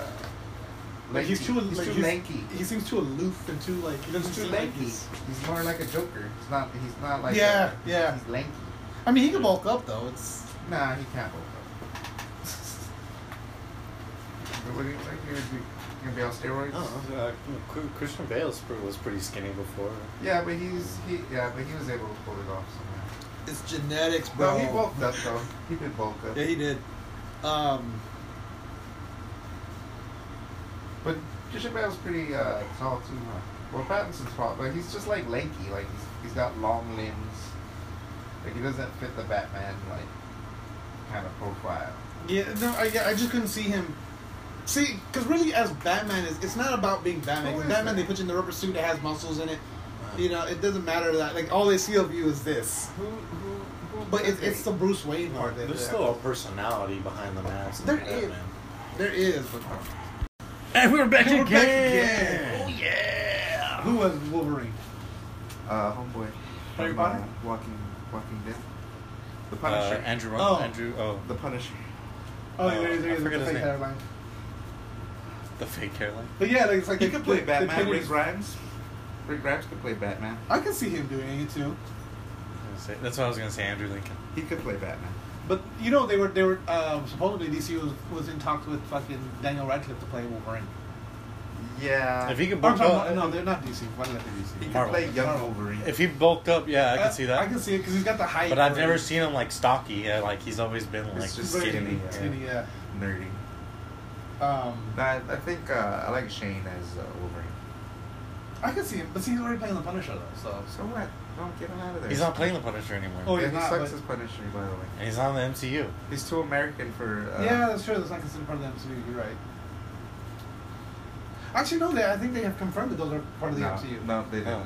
Speaker 4: Like he's too,
Speaker 3: he's
Speaker 4: like,
Speaker 3: too
Speaker 4: he's-
Speaker 3: lanky.
Speaker 4: He seems too aloof and too like he doesn't
Speaker 3: He's too
Speaker 4: seem like
Speaker 3: lanky.
Speaker 4: he's-
Speaker 3: He's more like a Joker. He's not. He's not like.
Speaker 4: Yeah,
Speaker 3: a-
Speaker 4: yeah.
Speaker 3: He's lanky.
Speaker 4: I mean, he can bulk up though. It's
Speaker 3: Nah, he can't hold up. But what do you like? You're gonna be- you're gonna be on steroids?
Speaker 4: Uh-huh.
Speaker 2: Oh, uh, Qu- Christian Bale was pretty skinny before.
Speaker 3: Yeah, but he's he. Yeah, but he was able to pull it off somehow.
Speaker 4: it's genetics,
Speaker 3: Well,
Speaker 4: bro.
Speaker 3: he bulked up though. He did bulk up.
Speaker 4: Yeah, he did. Um,
Speaker 3: But Christian Bale's pretty uh, tall too. Huh? Well, Pattinson's tall, but he's just like lanky. Like he's, he's got long limbs. Like he doesn't fit the Batman like kind of profile.
Speaker 4: yeah, no, I, yeah, I just couldn't see him. See, because really, as Batman is, it's not about being
Speaker 3: Who
Speaker 4: Batman. 'Cause
Speaker 3: is
Speaker 4: Batman,
Speaker 3: that?
Speaker 4: they put you in the rubber suit that has muscles in it. You know, it doesn't matter that like all they see of you is this.
Speaker 3: Who who who?
Speaker 4: But it's,
Speaker 3: okay.
Speaker 4: it's the Bruce Wayne part. That,
Speaker 2: There's still a personality behind the mask.
Speaker 4: There
Speaker 2: and
Speaker 4: is.
Speaker 2: Batman.
Speaker 4: there is. But,
Speaker 2: And we're back
Speaker 4: And we're back
Speaker 2: again.
Speaker 4: again. who was Wolverine? Oh,
Speaker 3: uh, homeboy.
Speaker 4: Harry
Speaker 3: from,
Speaker 4: Potter?
Speaker 3: uh, Walking Walking Dead. The
Speaker 2: Uh,
Speaker 3: Punisher.
Speaker 2: Andrew.
Speaker 4: Oh.
Speaker 2: Andrew. Oh,
Speaker 3: the Punisher.
Speaker 4: Oh,
Speaker 2: Oh,
Speaker 4: there is. There
Speaker 2: I
Speaker 4: is.
Speaker 2: forget
Speaker 4: the
Speaker 2: his
Speaker 4: fake
Speaker 2: name.
Speaker 4: hairline.
Speaker 2: the fake hairline.
Speaker 4: But yeah, like, it's like
Speaker 3: He
Speaker 4: they-
Speaker 3: could play
Speaker 4: they- they
Speaker 3: Batman.
Speaker 4: put
Speaker 3: Rick
Speaker 4: his-
Speaker 3: Grimes. Rick Grimes could play Batman.
Speaker 4: I can see him doing it too.
Speaker 2: gonna say- That's what I was gonna say, Andrew Lincoln.
Speaker 3: He could play Batman.
Speaker 4: But you know they were they were um, supposedly DC was, was in talks with fucking Daniel Radcliffe to play Wolverine.
Speaker 3: Yeah.
Speaker 2: If he could
Speaker 4: Or, I'm
Speaker 2: bulk
Speaker 4: sorry, no,
Speaker 2: up,
Speaker 4: no, they're not DC. Why did I say
Speaker 3: Oh, He
Speaker 4: DC?
Speaker 3: could
Speaker 2: Marvel.
Speaker 3: play young
Speaker 4: Marvel.
Speaker 3: Wolverine.
Speaker 2: if he bulked up, yeah, I
Speaker 4: Uh,
Speaker 2: can see that.
Speaker 4: I can see it because he's got the height.
Speaker 2: but I've
Speaker 4: for
Speaker 2: never
Speaker 4: it.
Speaker 2: seen him like stocky. Yeah, like he's always been
Speaker 3: It's
Speaker 2: like
Speaker 3: just
Speaker 4: Right,
Speaker 2: skinny.
Speaker 3: yeah.
Speaker 4: Skinny, yeah.
Speaker 3: nerdy.
Speaker 4: Um,
Speaker 3: I, I think uh, I like Shane as uh, Wolverine.
Speaker 4: I can see him, but see, he's already playing the Punisher though. So
Speaker 3: So what? Don't get him out of there.
Speaker 2: He's not playing the Punisher anymore.
Speaker 4: Oh,
Speaker 3: yeah,
Speaker 4: he's
Speaker 3: he
Speaker 4: not,
Speaker 3: sucks
Speaker 4: but-
Speaker 3: as Punisher, by the way.
Speaker 2: And he's on the MCU.
Speaker 3: He's too American for. Uh,
Speaker 4: yeah, that's true. That's not considered part of the MCU. You're right. Actually, no. They, I think they have confirmed that those are part of the
Speaker 3: no,
Speaker 4: MCU.
Speaker 3: No, they
Speaker 2: No.
Speaker 3: don't.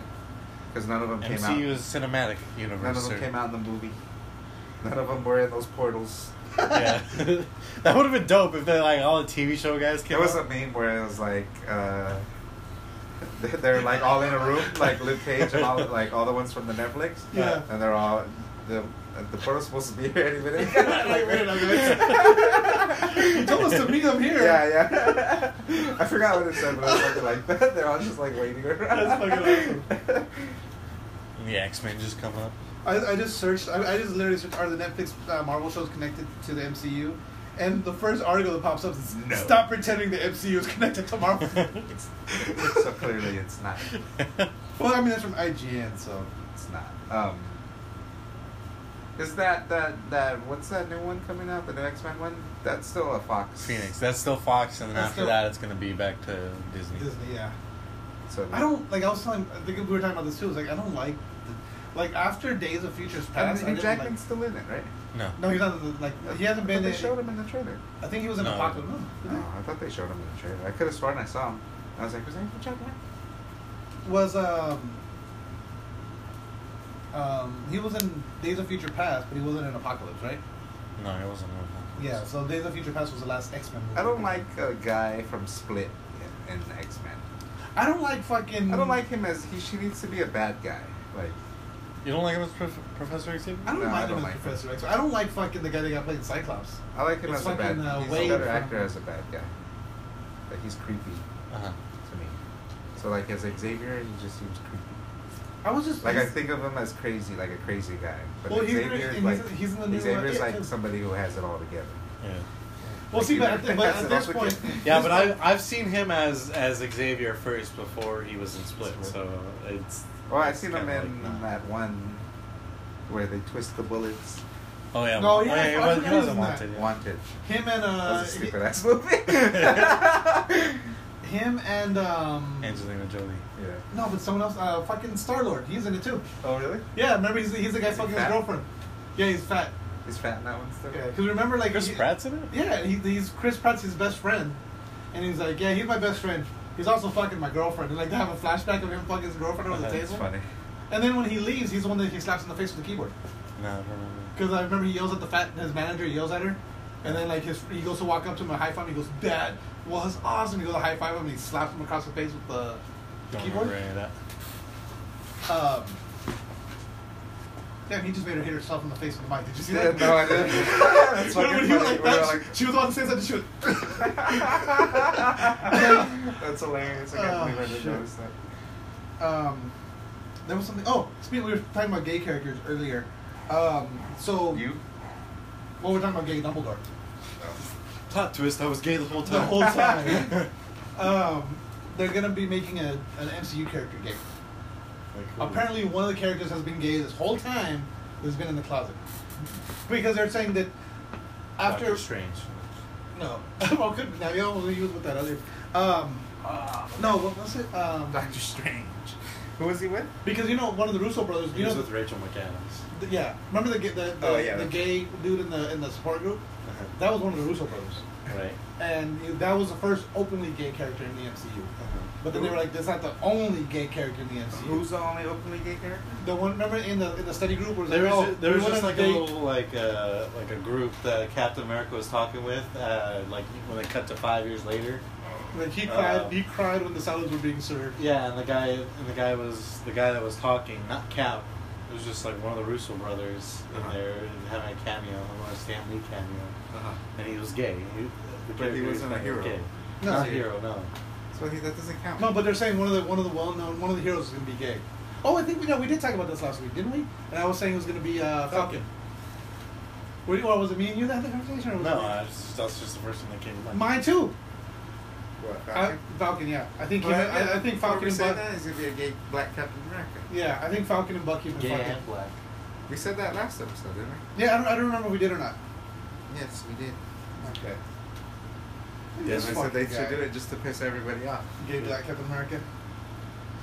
Speaker 3: Because none of them came out.
Speaker 2: MCU is cinematic universe.
Speaker 3: None of them
Speaker 2: sir.
Speaker 3: came out in the movie. None of them were in those portals.
Speaker 2: yeah, that would have been dope if they like all the TV show guys came.
Speaker 3: There was a
Speaker 2: out.
Speaker 3: meme where it was like, uh, they're like all in a room, like Luke Cage and all like all the ones from the Netflix.
Speaker 4: Yeah.
Speaker 3: And they're all the the portal's supposed to be here any minute.
Speaker 4: Like, wait a minute. you told us to meet them here.
Speaker 3: Yeah, yeah. I forgot what it said, but it was something like that. They're all just like waiting around.
Speaker 4: That's fucking
Speaker 3: awesome.
Speaker 2: And the X Men just come up.
Speaker 3: Uh,
Speaker 4: I, I just searched. I, I just literally searched. Are the Netflix uh, Marvel shows connected to the MCU? And the first article that pops up is
Speaker 3: No.
Speaker 4: "Stop pretending the MCU is connected to Marvel."
Speaker 3: so clearly it's not.
Speaker 4: well, I mean that's from IGN, so
Speaker 3: It's not. Um, is that that that what's that new one coming out? The new X Men one? That's still a Fox.
Speaker 2: Phoenix. That's still Fox, and then
Speaker 4: That's
Speaker 2: after
Speaker 4: still-
Speaker 2: that, it's gonna be back to Disney.
Speaker 4: Disney, yeah.
Speaker 3: So
Speaker 4: I don't like. I was telling. I think we were talking about this too. It's like I don't like, the, like after Days of Futures
Speaker 3: And
Speaker 4: Past. I
Speaker 3: Hugh
Speaker 4: didn't
Speaker 3: Jackman's
Speaker 4: like-
Speaker 3: still in it, right?
Speaker 2: No.
Speaker 4: no, he's not. in the- Like he hasn't
Speaker 3: I thought
Speaker 4: been.
Speaker 3: They
Speaker 4: in-
Speaker 3: showed him in the trailer.
Speaker 4: I think he was in
Speaker 2: No.
Speaker 4: Apocalypse. No, did
Speaker 3: No, I thought they showed him in the trailer. I could have sworn I saw him. I was like, was that Hugh Jackman?
Speaker 4: he? Was um. Um, he was in Days of Future Past, but he wasn't in Apocalypse, right?
Speaker 2: No, it wasn't. one of them.
Speaker 4: Yeah, so Days of Future Past was the last X Men movie.
Speaker 3: I don't like a guy from Split in, in X Men.
Speaker 4: I don't like fucking.
Speaker 3: I don't like him as he. She needs to be a bad guy. Like
Speaker 2: You don't like him as prof- Professor Xavier?
Speaker 4: I don't
Speaker 3: No,
Speaker 4: mind
Speaker 3: I don't
Speaker 4: him
Speaker 3: like
Speaker 4: as Professor X. I don't like fucking the guy that got played in Cyclops.
Speaker 3: I like him
Speaker 4: It's
Speaker 3: as a bad.
Speaker 4: fucking, uh,
Speaker 3: he's a
Speaker 4: Wade
Speaker 3: better
Speaker 4: from-
Speaker 3: actor as a bad guy. Like he's creepy
Speaker 2: Uh-huh.
Speaker 3: to me. So like as Xavier, he just seems creepy.
Speaker 4: I was just
Speaker 3: Like I think of him as crazy, like a crazy guy. But
Speaker 4: Well, he's in-
Speaker 3: Xavier's
Speaker 4: he's in-
Speaker 3: like
Speaker 4: he's in the new, uh,
Speaker 3: Xavier's
Speaker 4: yeah,
Speaker 3: like
Speaker 4: too.
Speaker 3: somebody who has it all together.
Speaker 2: Yeah.
Speaker 4: Well, see, but at, the, but
Speaker 3: That's
Speaker 4: at this
Speaker 3: what-
Speaker 4: point,
Speaker 2: Yeah, but I I've seen him as as Xavier first before he was in Split,
Speaker 3: Split.
Speaker 2: so it's.
Speaker 3: Well, I
Speaker 2: it's
Speaker 3: seen him
Speaker 2: kinda
Speaker 3: in
Speaker 2: like not-
Speaker 3: that one where they twist the bullets.
Speaker 2: Oh yeah.
Speaker 4: No,
Speaker 2: well,
Speaker 4: he-
Speaker 2: yeah,
Speaker 4: I
Speaker 2: he,
Speaker 4: forgot
Speaker 2: was,
Speaker 4: he
Speaker 2: he
Speaker 4: was
Speaker 2: wasn't
Speaker 4: in that.
Speaker 2: wanted. yeah.
Speaker 3: Wanted.
Speaker 4: him and
Speaker 3: That
Speaker 4: uh,
Speaker 3: was a stupid ass movie. yeah.
Speaker 4: hi- him and um,
Speaker 2: Angelina Jolie.
Speaker 4: no, but someone else, uh, fucking Star Lord, he's in it too.
Speaker 3: Oh really?
Speaker 4: Yeah, remember he's he's the guy
Speaker 3: Is he
Speaker 4: fucking his
Speaker 3: fat?
Speaker 4: girlfriend. Yeah, he's fat.
Speaker 3: He's fat in that one still.
Speaker 4: Yeah, because remember like
Speaker 2: Chris
Speaker 4: he-
Speaker 2: Pratt's in it.
Speaker 4: Yeah, he, he's Chris Pratt's his best friend, and he's like, yeah, he's my best friend. He's also fucking my girlfriend. And like they have a flashback of him fucking his girlfriend over the
Speaker 2: That's
Speaker 4: table.
Speaker 3: It's funny.
Speaker 4: And then when he leaves, he's the one that he slaps in the face with the keyboard.
Speaker 2: No, I don't remember.
Speaker 4: Because I remember he yells at the fat, his manager yells at her, and then like his he goes to walk up to him and high five him. He goes, "That was awesome." He goes to high five him and he slaps him across the face with the, the
Speaker 2: Don't
Speaker 4: keyboard.
Speaker 2: remember any of that.
Speaker 4: Um, damn, he just made her hit herself in the face with the mic. Did you see
Speaker 3: Yeah,
Speaker 4: that?
Speaker 3: no, I didn't. That's
Speaker 4: when,
Speaker 3: fucking
Speaker 4: when he was
Speaker 3: funny.
Speaker 4: like
Speaker 3: We were
Speaker 4: that,
Speaker 3: like-
Speaker 4: she was on the same side. She was.
Speaker 3: That's hilarious. I can't
Speaker 4: Oh,
Speaker 3: believe I didn't
Speaker 4: shit.
Speaker 3: notice that.
Speaker 4: um, there was something. Oh, speaking, we were talking about gay characters earlier. Um, so
Speaker 3: You?
Speaker 4: well, we're talking about gay Dumbledore.
Speaker 2: Plot twist, I was gay the whole
Speaker 4: The whole time. um, they're gonna be making a, an MCU character gay. Apparently, one of the characters has been gay this whole time. Has been in the closet because they're saying that after
Speaker 2: Doctor Strange.
Speaker 4: no, well, could be now you know he was with that other. Um,
Speaker 2: Ah.
Speaker 4: no, what was it? Um,
Speaker 3: Doctor Strange. Who was he with?
Speaker 4: because you know one of the Russo brothers.
Speaker 2: He
Speaker 4: You
Speaker 2: was
Speaker 4: know,
Speaker 2: with Rachel McAdams.
Speaker 4: the- yeah, remember the ga- the, the,
Speaker 3: Oh, yeah,
Speaker 4: the
Speaker 3: that's-
Speaker 4: gay dude in the in the support group? That was one of the Russo brothers,
Speaker 2: Right.
Speaker 4: and he- that was the first openly gay character in the MCU. But then they were like, "That's not the only gay character in the MCU."
Speaker 3: Who's the only openly gay character?
Speaker 4: The one remember in the in the study group was
Speaker 2: There was,
Speaker 4: like, oh,
Speaker 2: ju- there
Speaker 4: we
Speaker 2: was
Speaker 4: went
Speaker 2: just
Speaker 4: on
Speaker 2: like a
Speaker 4: date.
Speaker 2: little like uh, like a group that Captain America was talking with, uh, like when they cut to five years later.
Speaker 4: like he cried
Speaker 2: uh,
Speaker 4: he cried when the salads were being served.
Speaker 2: Yeah, and the guy and the guy was the guy that was talking, not Cap. It was just like one of the Russo brothers
Speaker 3: Uh-huh.
Speaker 2: in there and having a cameo, like a Stan Lee cameo,
Speaker 3: Uh-huh.
Speaker 2: and he was gay. He, the
Speaker 3: But he
Speaker 2: character
Speaker 3: wasn't a
Speaker 2: was
Speaker 3: hero.
Speaker 2: Gay.
Speaker 4: No.
Speaker 2: Not a hero, no.
Speaker 3: So he, that doesn't count.
Speaker 4: No, but uh, they're saying one of the one of the well known one of the heroes is gonna be gay. Oh, I think we know we did talk about this last week, didn't we? And I was saying it was gonna be uh, Falcon. Were you, well, was it me and you that had the conversation? Or was
Speaker 2: No,
Speaker 4: it me?
Speaker 2: I just, that's just the first thing that came to mind.
Speaker 4: mine too.
Speaker 3: What,
Speaker 4: Falcon,
Speaker 3: Falcon?
Speaker 4: I, Falcon yeah. I think he,
Speaker 3: But
Speaker 4: meant- I, I think
Speaker 3: before
Speaker 4: Falcon
Speaker 3: we
Speaker 4: and
Speaker 3: said
Speaker 4: Buck.
Speaker 3: that he's gonna be a gay black Captain America.
Speaker 4: Yeah, I think Falcon and Bucky. have been fucking.
Speaker 6: black.
Speaker 3: We said that last episode, didn't we?
Speaker 4: Yeah, I don't, I don't remember if we did or not.
Speaker 3: Yes, we did.
Speaker 4: Okay.
Speaker 3: Yeah,
Speaker 4: This
Speaker 3: I said they
Speaker 4: fucking
Speaker 3: should
Speaker 4: guy.
Speaker 3: do it just to piss everybody off.
Speaker 4: Gay black Captain America.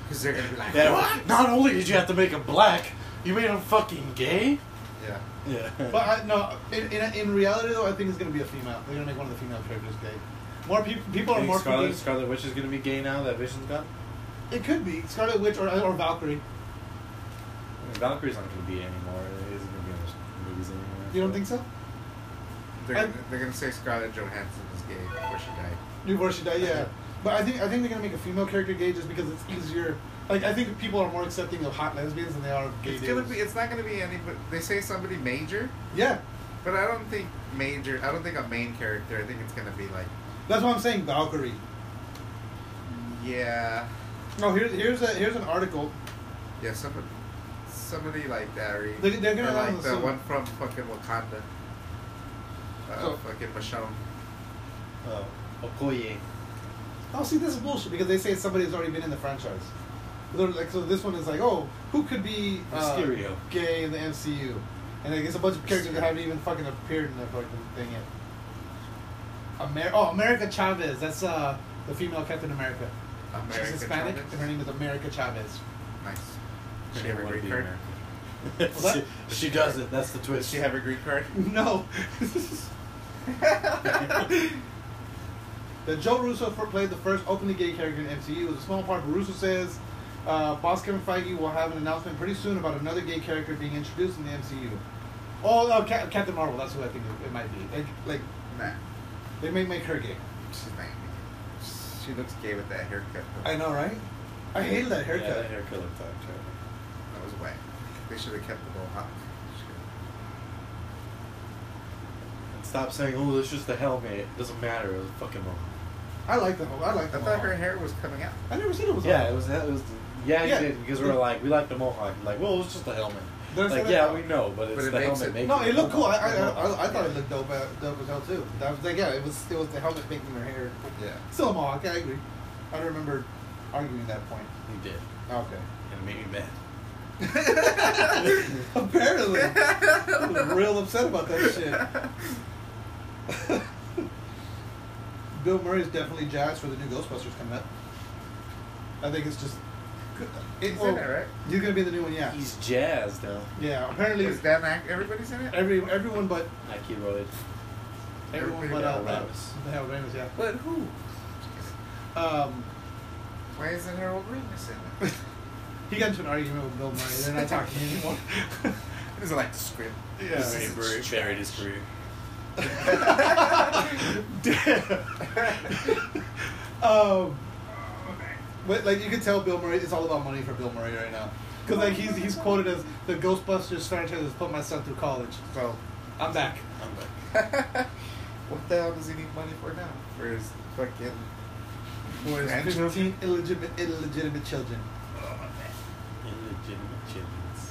Speaker 3: Because they're going to be like,
Speaker 2: Yeah,
Speaker 3: what?
Speaker 2: Not only did you have to make him black, you made him fucking gay.
Speaker 3: Yeah.
Speaker 2: Yeah.
Speaker 4: But I, no, in, in, in reality though, I think it's gonna be a female. They're gonna make one of the female characters gay. More people, people are
Speaker 2: Think
Speaker 4: more.
Speaker 2: Scarlet,
Speaker 4: forgiving-
Speaker 2: Scarlet Witch is gonna be gay now that Vision's gone.
Speaker 4: It could be Scarlet Witch or or Valkyrie.
Speaker 2: I mean, Valkyrie's not gonna be anymore. It isn't gonna be in the movies anymore.
Speaker 4: You don't think so?
Speaker 3: They're,
Speaker 4: I'm-
Speaker 3: gonna- they're going to say Scarlett Johansson is gay before she died.
Speaker 4: New version, yeah. yeah. But I think I think they're gonna make a female character gay just because it's easier. Like I think people are more accepting of hot lesbians than they are of gay
Speaker 3: It's,
Speaker 4: dudes.
Speaker 3: gonna be, it's not going to be any, but they say somebody major,
Speaker 4: yeah,
Speaker 3: but I don't think major, I don't think a main character, I think it's going to be like,
Speaker 4: that's what I'm saying. Valkyrie.
Speaker 3: yeah,
Speaker 4: No, here's here's a here's an article.
Speaker 3: yeah, somebody, somebody like that. Or,
Speaker 4: They- they're gonna
Speaker 3: or
Speaker 4: have
Speaker 3: like the
Speaker 4: some-
Speaker 3: one from fucking Wakanda. Uh,
Speaker 4: So-
Speaker 3: fucking Michonne.
Speaker 2: Oh, Okoye.
Speaker 4: Oh, see, this is bullshit because they say it's somebody who's already been in the franchise. They're like, so this one is like, oh, who could be uh,
Speaker 2: Mysterio.
Speaker 4: gay in the MCU? And like, it's a bunch of characters that
Speaker 3: Mysterio.
Speaker 4: haven't even fucking appeared in the fucking thing yet. Amer- oh, America Chavez. That's uh, the female Captain America.
Speaker 3: America
Speaker 4: She's Hispanic,
Speaker 3: Chavez.
Speaker 4: and her name is America Chavez.
Speaker 3: Nice.
Speaker 2: She
Speaker 3: Does she have a
Speaker 2: wanna
Speaker 3: green
Speaker 2: be
Speaker 3: card?
Speaker 2: American.
Speaker 4: What?
Speaker 2: she, she doesn't. That's the twist.
Speaker 3: Does she have a green card?
Speaker 4: No. that Joe Russo for, played the first openly gay character in MCU was a small part, but Russo says uh, boss Kevin Feige will have an announcement pretty soon about another gay character being introduced in the MCU. Oh, no, Cap- Captain Marvel, that's who I think it, it might be. They, like,
Speaker 3: Nah,
Speaker 4: they may make her gay.
Speaker 3: she's not. She looks gay with that haircut. though.
Speaker 4: I know, right? I hated that haircut.
Speaker 2: Yeah, that haircut looked like terrible.
Speaker 3: That was whack. They should have kept the mohawk. Should've-
Speaker 2: And stop saying, "Oh, it's just a helmet." It doesn't matter. It was a fucking moment.
Speaker 4: I like the whole, I like
Speaker 3: I
Speaker 4: the
Speaker 3: thought her
Speaker 4: mohawk.
Speaker 3: hair was coming out.
Speaker 4: I never seen it was
Speaker 2: Yeah,
Speaker 4: on.
Speaker 2: it was. That was. Yeah, you
Speaker 4: Yeah.
Speaker 2: did because we were like, we like the mohawk. Like, well, it's just a helmet.
Speaker 4: Did I say
Speaker 2: Like,
Speaker 4: that?
Speaker 2: yeah, we know, but it's
Speaker 3: But it
Speaker 2: the
Speaker 3: makes
Speaker 2: helmet.
Speaker 3: it-
Speaker 2: making
Speaker 4: No,
Speaker 2: the
Speaker 4: it looked cool. I,
Speaker 2: mohawk.
Speaker 4: I, I, I thought
Speaker 2: Yeah.
Speaker 4: it looked dope, uh, dope as hell too. That was like, yeah, it was it was the helmet making her hair.
Speaker 3: Yeah.
Speaker 4: Still a mohawk. I agree. I don't remember arguing that point.
Speaker 2: He did,
Speaker 4: Okay.
Speaker 2: and it made me mad.
Speaker 4: Apparently, I was real upset about that shit. Bill Murray is definitely jazzed for the new Ghostbusters coming up. I think it's just. oh,
Speaker 3: He's in it, right?
Speaker 4: He's gonna be in the new one, yeah.
Speaker 2: He's jazzed now.
Speaker 4: yeah. Apparently,
Speaker 3: Is Dan Ack, everybody's in it?
Speaker 4: every everyone but
Speaker 2: Nike Road.
Speaker 4: everyone
Speaker 3: Everybody
Speaker 4: but
Speaker 3: got
Speaker 4: uh,
Speaker 2: Ramis.
Speaker 4: The hell, Ramis, yeah.
Speaker 3: But who?
Speaker 4: Um,
Speaker 3: Why isn't Harold Ramis in it?
Speaker 4: he got into an argument with Bill Murray. They're not talking anymore.
Speaker 3: It's like script.
Speaker 4: Yeah.
Speaker 3: This is
Speaker 2: Buried-
Speaker 3: script.
Speaker 2: buried his career.
Speaker 4: um, but like you can tell, Bill Murray. It's all about money for Bill Murray right now. Cause like he's he's quoted as the Ghostbusters franchise has put my son through college.
Speaker 3: So,
Speaker 4: I'm back.
Speaker 2: I'm like,
Speaker 3: what the hell does he need money for now? For his fucking.
Speaker 4: For his uh,
Speaker 3: Grandchildren?
Speaker 4: 15 illegitimate illegitimate children.
Speaker 2: illegitimate childrens.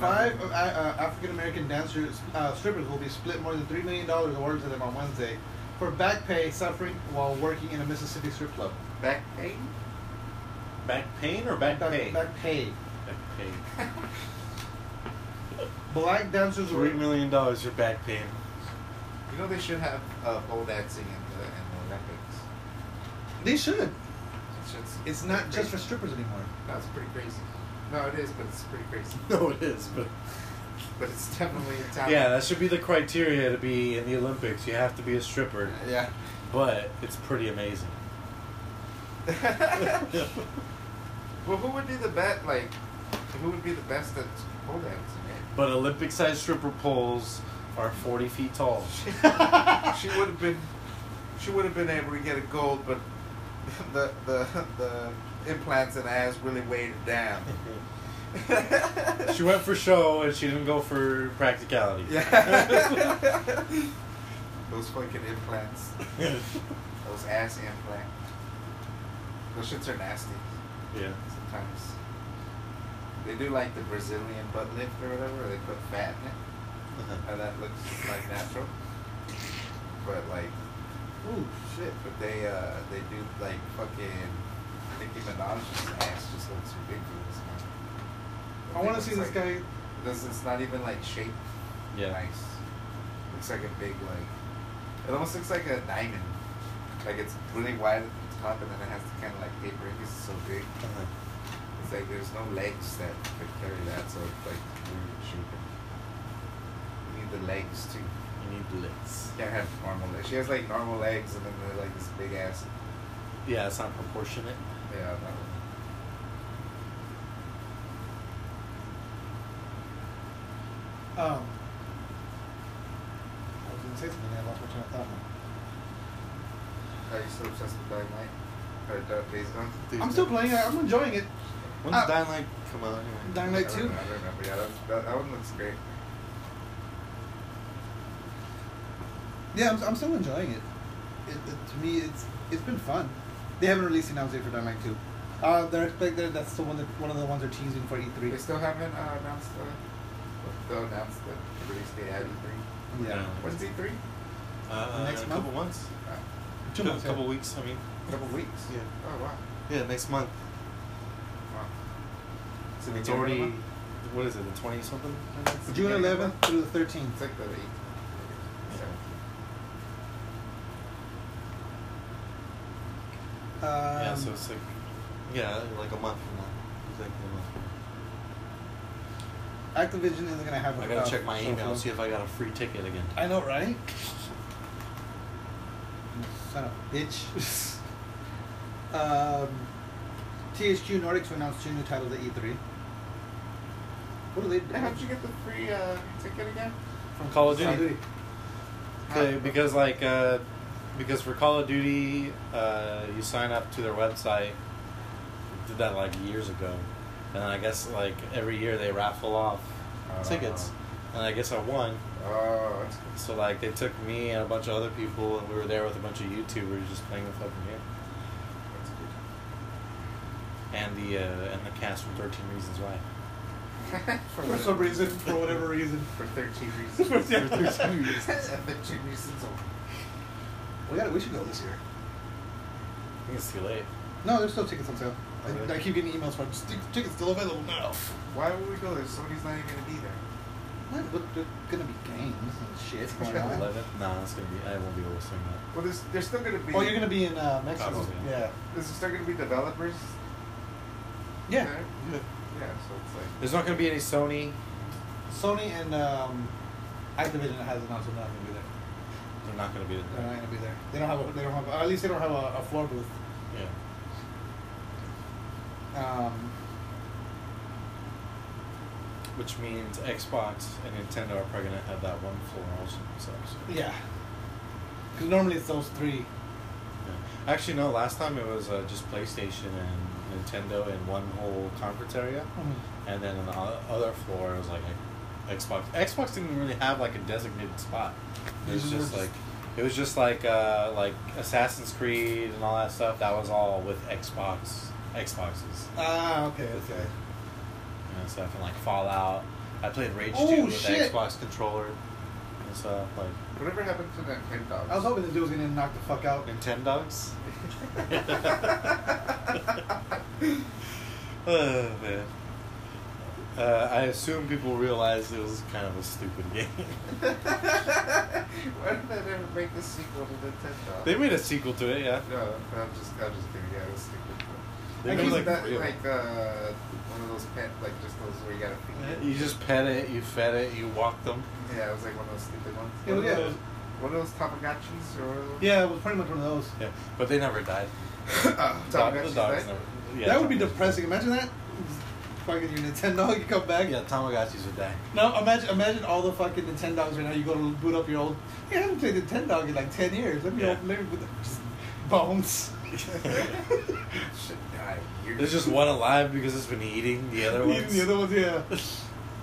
Speaker 4: Five uh, uh, African American dancers uh, strippers will be split more than three million dollars awarded to them on Wednesday for back pay suffering while working in a Mississippi strip club.
Speaker 3: Back pain?
Speaker 2: Back pain or back,
Speaker 4: Back,
Speaker 2: pay?
Speaker 4: back pay.
Speaker 2: Back pain.
Speaker 4: Black dancers were
Speaker 2: Three million dollars for back pain.
Speaker 3: You know they should have uh, pole dancing in the, in the Olympics.
Speaker 4: They should.
Speaker 3: It's, just,
Speaker 4: It's not
Speaker 3: pretty
Speaker 4: just for
Speaker 3: crazy.
Speaker 4: strippers anymore.
Speaker 3: That's pretty crazy. No, it is, but it's pretty crazy.
Speaker 2: No, it is, but
Speaker 3: But it's definitely a talent.
Speaker 2: yeah, that should be the criteria to be in the Olympics. You have to be a stripper,
Speaker 3: yeah.
Speaker 2: but it's pretty amazing.
Speaker 3: Well, who would be the best? Like, who would be the best at pole dancing? right?
Speaker 2: but Olympic-sized stripper poles are forty feet tall.
Speaker 3: She would have been, she would have been able to get a gold, but the the the implants in her ass really weighed it down.
Speaker 2: she went for show and she didn't go for practicality.
Speaker 3: Yeah. Those fucking implants. Those ass implant. Those shits are nasty
Speaker 2: Yeah.
Speaker 3: sometimes. They do like the Brazilian butt lift or whatever, where they put fat in it, and that looks like natural. But like, ooh, shit. But they uh, they do like fucking Nicki Minaj's ass just looks ridiculous. Man.
Speaker 4: I want to see this guy.
Speaker 3: Does it's not even like shaped
Speaker 2: Yeah.
Speaker 3: nice. Looks like a big like. It almost looks like a diamond. Like it's really wide at the top, and then it has to kind of like taper because it's so big. It's like there's no legs that could carry that, so it's like weird shaping. You need the legs too.
Speaker 2: You need legs.
Speaker 3: Can't have normal legs. She has like normal legs, and then they're like this big ass.
Speaker 2: Yeah, it's not proportionate.
Speaker 3: Yeah, no.
Speaker 4: Um, I was gonna say something. I lost my train of thought. now.
Speaker 3: Are you still obsessed with Dying Light? Or Dark Days Gone?
Speaker 4: I'm still playing it. I'm enjoying it.
Speaker 2: When's
Speaker 4: Ah.
Speaker 2: Dying Light come out anyway?
Speaker 4: Dying
Speaker 3: I
Speaker 4: Light
Speaker 3: don't
Speaker 4: Two.
Speaker 3: know, I don't remember. Yeah, that's, that, that one looks great.
Speaker 4: Yeah, I'm, I'm still enjoying it. It, it. To me, it's it's been fun. They haven't released an announced date for Dying Light Two. Uh, they're expect they're- that's the one that one of the ones they're teasing for E
Speaker 3: They
Speaker 4: E3.
Speaker 3: still haven't uh, announced the. They'll announce the release date at E E3.
Speaker 4: Yeah,
Speaker 2: No.
Speaker 3: When's E3?
Speaker 2: Uh,
Speaker 4: Next
Speaker 2: a
Speaker 4: month?
Speaker 2: couple months.
Speaker 3: E Uh,
Speaker 4: two
Speaker 2: Cou-
Speaker 4: months. yeah.
Speaker 2: couple weeks. I mean.
Speaker 3: a couple weeks.
Speaker 2: Yeah.
Speaker 3: Oh wow.
Speaker 2: Yeah, next month.
Speaker 3: Wow. It's,
Speaker 2: It's already. What is it? The twenty something.
Speaker 4: June 11th through the 13th.
Speaker 3: It's like the 18th. So,
Speaker 4: Um,
Speaker 2: yeah, so it's like. Yeah, like a month from now. Exactly a month. From now.
Speaker 4: Activision isn't gonna have. a
Speaker 2: I gotta
Speaker 4: uh,
Speaker 2: check my
Speaker 4: show
Speaker 2: email
Speaker 4: floor.
Speaker 2: see if I got a free ticket again.
Speaker 4: I know, right? Son of a bitch. um, THQ Nordic to announce two new titles at E3. What do they do?
Speaker 3: Hey, how'd you get the free uh, ticket again?
Speaker 2: From Call of
Speaker 4: Call of
Speaker 2: Duty.
Speaker 4: Duty.
Speaker 2: Okay, because like uh, because for Call of Duty, uh, you sign up to their website. Did that like years ago, and I guess like every year they raffle off
Speaker 3: Uh,
Speaker 2: tickets, and I guess I won.
Speaker 3: Oh, that's cool.
Speaker 2: So like they took me and a bunch of other people, and we were there with a bunch of YouTubers just playing the fucking game,
Speaker 3: That's good.
Speaker 2: and the uh, and the cast from Thirteen Reasons Why.
Speaker 3: for,
Speaker 4: For some reason, for whatever reason.
Speaker 3: For 13 reasons.
Speaker 2: For 13
Speaker 3: reasons. 13 reasons.
Speaker 4: We got. We should go this year.
Speaker 2: I think it's too late.
Speaker 4: No, there's still tickets on sale. I-
Speaker 2: Oh, really?
Speaker 4: I, keep getting emails from "Sti- tickets still available now.
Speaker 3: Why would we go there? Somebody's not even going to be there.
Speaker 4: What? But there's gonna be games and shit going on.
Speaker 2: Eleven? Nah, it's gonna be. I won't be able to swing that.
Speaker 3: Well, there's, there's still going to be.
Speaker 4: Oh, you're gonna be in uh, Mexico.
Speaker 2: Probably.
Speaker 4: Yeah.
Speaker 3: There's still going to be developers
Speaker 4: Yeah.
Speaker 3: there. Yeah, so it's like.
Speaker 2: There's not gonna be any Sony.
Speaker 4: Sony and um, Activision has announced they're not gonna be there.
Speaker 2: They're not gonna be there.
Speaker 4: They're not gonna be there. They don't have. A, they don't have. At least they don't have a, a floor booth.
Speaker 2: Yeah.
Speaker 4: Um,
Speaker 2: Which means Xbox and Nintendo are probably gonna have that one floor also themselves.
Speaker 4: yeah. Because normally it's those three.
Speaker 2: Yeah. Actually, no. Last time it was uh, just PlayStation and Nintendo in one whole conference area, and then on the o- other floor it was like Xbox. Xbox didn't really have like a designated spot. It was
Speaker 4: Mhm.
Speaker 2: just like it was just like uh, like Assassin's Creed and all that stuff. That was all with Xbox Xboxes
Speaker 4: Ah, okay, okay.
Speaker 2: and stuff, and like Fallout. I played Rage
Speaker 4: Oh,
Speaker 2: 2 with
Speaker 4: shit.
Speaker 2: the Xbox controller and stuff. Like
Speaker 3: Whatever happened to that pin dog?
Speaker 4: I was hoping the dude was gonna knock the fuck out.
Speaker 2: Nintendo dogs. Oh man. Uh, I assume people realized it was kind of a stupid game.
Speaker 3: Why did that ever make the sequel to Nintendo?
Speaker 2: they made a sequel to it, yeah.
Speaker 3: no, I'm just, I'm just kidding. Yeah, it was stupid.
Speaker 2: They
Speaker 4: I
Speaker 2: made
Speaker 4: keep
Speaker 2: like,
Speaker 3: that,
Speaker 2: real-
Speaker 3: like uh, one of those pet, like just those where you gotta feed it.
Speaker 2: you just pet it, you fed it, you walked them.
Speaker 3: Yeah, it was like one of those stupid ones.
Speaker 4: It was,
Speaker 3: one, of
Speaker 4: yeah,
Speaker 3: those, one of those Tamagotchis or one of those.
Speaker 4: yeah, it was pretty much one of those.
Speaker 2: Yeah, but they never died.
Speaker 3: Oh,
Speaker 2: Dog-
Speaker 3: Tamagotchis,
Speaker 2: the dogs
Speaker 3: right?
Speaker 2: never.
Speaker 4: that would be
Speaker 2: Tamagotchis.
Speaker 4: depressing. Imagine that. Fucking your Nintendo, you come back.
Speaker 2: Yeah, Tamagotchis would die.
Speaker 4: No, imagine imagine all the fucking Nintendogs right now. You go to boot up your old. Hey, I haven't played Nintendo in like ten years. Let me
Speaker 2: Yeah.
Speaker 4: let me put the, just bones.
Speaker 3: Shit, God, you're-
Speaker 2: There's just one alive because it's been eating the other
Speaker 4: Even
Speaker 2: ones.
Speaker 4: the other ones,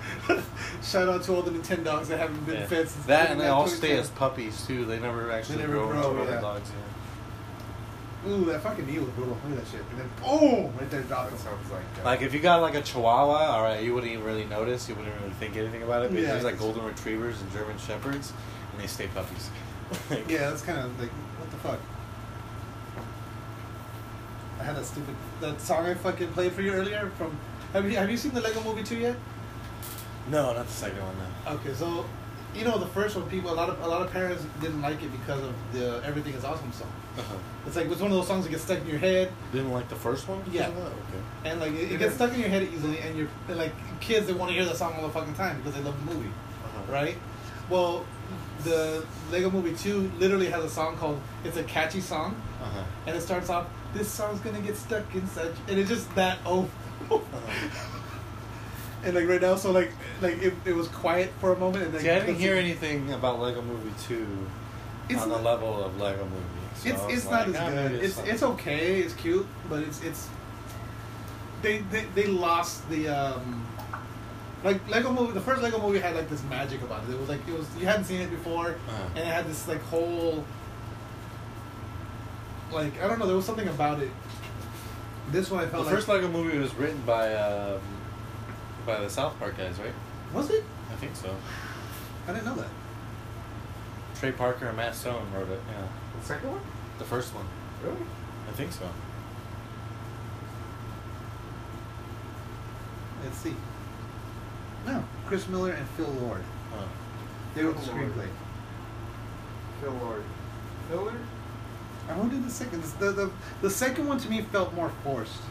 Speaker 4: yeah. Shout out to all the Nintendogs that haven't been
Speaker 2: Yeah.
Speaker 4: fed since
Speaker 2: That and they all
Speaker 4: Toy
Speaker 2: stay
Speaker 4: Story.
Speaker 2: as puppies too. They never actually
Speaker 4: never
Speaker 2: grow
Speaker 4: grow,
Speaker 2: into
Speaker 4: yeah.
Speaker 2: other dogs. Yeah.
Speaker 4: ooh, that fucking knee was brutal. Look at that shit. And then, boom, right there, dropped
Speaker 3: That
Speaker 4: him.
Speaker 3: sounds like. Uh,
Speaker 2: Like if you got like a Chihuahua, all right, you wouldn't even really notice. You wouldn't really think anything about it. But
Speaker 4: Yeah.
Speaker 2: there's like Golden Retrievers and German Shepherds, and they stay puppies. Like,
Speaker 4: Yeah, that's kind of like, what the fuck? I had that stupid, that song I fucking played for you earlier from, have you, have you seen the Lego Movie 2 yet?
Speaker 2: No, not the second one. No.
Speaker 4: Okay, so, you know, the first one, people, a lot of, a lot of parents didn't like it because of the Everything is Awesome song.
Speaker 2: Uh-huh.
Speaker 4: It's like, it's one of those songs that gets stuck in your head,
Speaker 2: Didn't like the first one. because
Speaker 4: Yeah.
Speaker 2: of that? Okay.
Speaker 4: and like, it, it gets stuck in your head easily, and you're, and, like, kids, they want to hear the song all the fucking time because they love the movie.
Speaker 2: Uh-huh.
Speaker 4: right? Well, the Lego Movie 2 literally has a song called It's a Catchy Song,
Speaker 2: Uh-huh.
Speaker 4: and it starts off, This song's gonna get stuck in such. And it's just that, oh.
Speaker 2: Uh-huh.
Speaker 4: and like right now, so like like it, it was quiet for a moment, and then.
Speaker 2: See, I didn't hear anything about Lego Movie Two
Speaker 4: It's
Speaker 2: on the
Speaker 4: not-
Speaker 2: level of Lego Movie. So
Speaker 4: It's,
Speaker 2: I was
Speaker 4: it's
Speaker 2: like,
Speaker 4: not
Speaker 2: "Ah,
Speaker 4: as
Speaker 2: maybe
Speaker 4: good. It's,
Speaker 2: something."
Speaker 4: it's okay, it's cute, but it's. it's they, they, they lost the. um like Lego movie, the first Lego movie had like this magic about it. It was like it was you hadn't seen it before,
Speaker 2: Uh-huh.
Speaker 4: and it had this like whole like I don't know. There was something about it. This one I
Speaker 2: The
Speaker 4: felt like
Speaker 2: first Lego Movie was written by um, by the South Park guys, right?
Speaker 4: was it?
Speaker 2: I think so.
Speaker 4: I didn't know that.
Speaker 2: Trey Parker and Matt Stone wrote it. Yeah,
Speaker 3: the second one?
Speaker 2: the first one.
Speaker 3: Really?
Speaker 2: I think so.
Speaker 4: Let's see. No, Chris Miller and Phil Lord.
Speaker 2: Huh.
Speaker 4: They wrote the
Speaker 3: Phil Lord.
Speaker 4: screenplay.
Speaker 3: Phil Lord. Miller?
Speaker 4: And who did the second? The, the the second one to me felt more forced.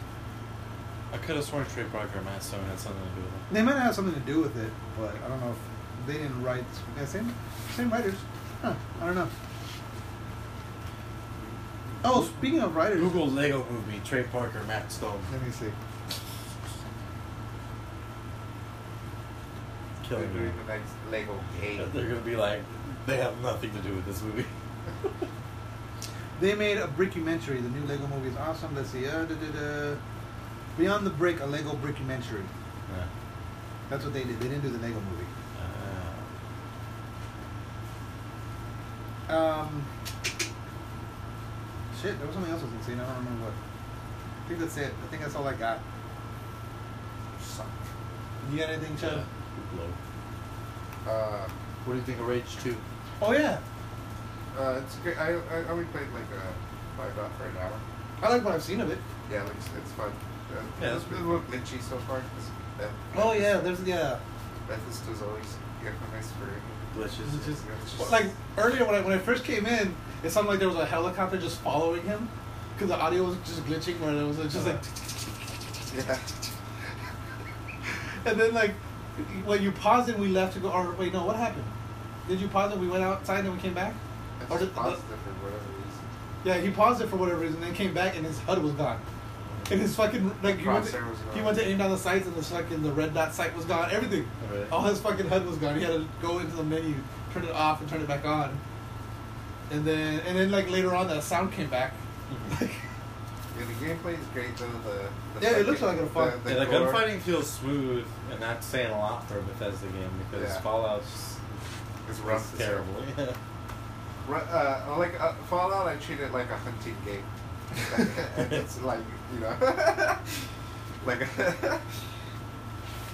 Speaker 2: I could have sworn Trey Parker and Matt Stone had something to do with
Speaker 4: They might have something to do with it, but I don't know if they didn't write. Yeah, same same writers. Huh? I don't know. Oh, speaking of
Speaker 2: it.
Speaker 4: writers,
Speaker 2: Google Lego Movie, Trey Parker, Matt Stone.
Speaker 4: Let me see.
Speaker 3: They're
Speaker 2: Killing me.
Speaker 3: doing the next Lego game.
Speaker 2: They're gonna be like, they have nothing to do with this movie.
Speaker 4: They made a brickumentary. The new Lego movie is awesome. Let's see. Uh, da, da, da. Beyond the Brick, a Lego brickumentary.
Speaker 2: Yeah.
Speaker 4: That's what they did. They didn't do the Lego movie.
Speaker 2: Uh,
Speaker 4: Um, shit, there was something else I was gonna say. and I don't remember what. I think that's it. I think that's all I got.
Speaker 2: suck.
Speaker 4: You got anything, Chad?
Speaker 2: Yeah. Low.
Speaker 3: Uh,
Speaker 2: What do you think of Rage 2?
Speaker 4: Oh yeah,
Speaker 3: uh, it's great. I, I, I only played like uh, five out for an hour.
Speaker 4: I like what I've seen of it.
Speaker 3: Yeah, like, it's, it's fun. Uh,
Speaker 2: Yeah, that's
Speaker 3: it's been
Speaker 2: pretty
Speaker 3: a little glitchy so far. It's- That,
Speaker 4: Oh yeah, there's yeah.
Speaker 3: Bethesda's always got a nice for
Speaker 2: Glitches.
Speaker 4: It's just-
Speaker 3: It's
Speaker 4: Well,
Speaker 3: just-
Speaker 4: Like earlier when I when I first came in, it sounded like there was a helicopter just following him, because the audio was just glitching where it was just like,
Speaker 3: Yeah.
Speaker 4: and then like when you paused and we left to go. Or wait, no, what happened? Did you pause and we went outside and we came back?
Speaker 3: It's
Speaker 4: Or
Speaker 3: just
Speaker 4: did-
Speaker 3: positive for whatever reason.
Speaker 4: Yeah, he paused it for whatever reason, then came back and his HUD was gone. And his fucking like he went, to,
Speaker 3: Crosshair was gone.
Speaker 4: he went to aim down the sights and the fucking the red dot sight was gone. Everything,
Speaker 2: Really?
Speaker 4: all his fucking HUD was gone. He had to go into the menu, turn it off, and turn it back on. And then and then like later on, that sound came back.
Speaker 3: Mm-hmm. Yeah, the gameplay is great though. The, the
Speaker 4: Yeah, it looks
Speaker 3: fucking-
Speaker 4: like it'll fun.
Speaker 2: Yeah, the
Speaker 3: gore-
Speaker 2: gunfighting feels smooth, and that's saying a lot for a Bethesda game because
Speaker 3: Yeah.
Speaker 2: Fallout's
Speaker 3: is
Speaker 2: rough
Speaker 3: rough. as hell.
Speaker 2: terrible.
Speaker 3: Ru- Uh, like uh, Fallout, I treat it like a hunting game. and it's like you know, like a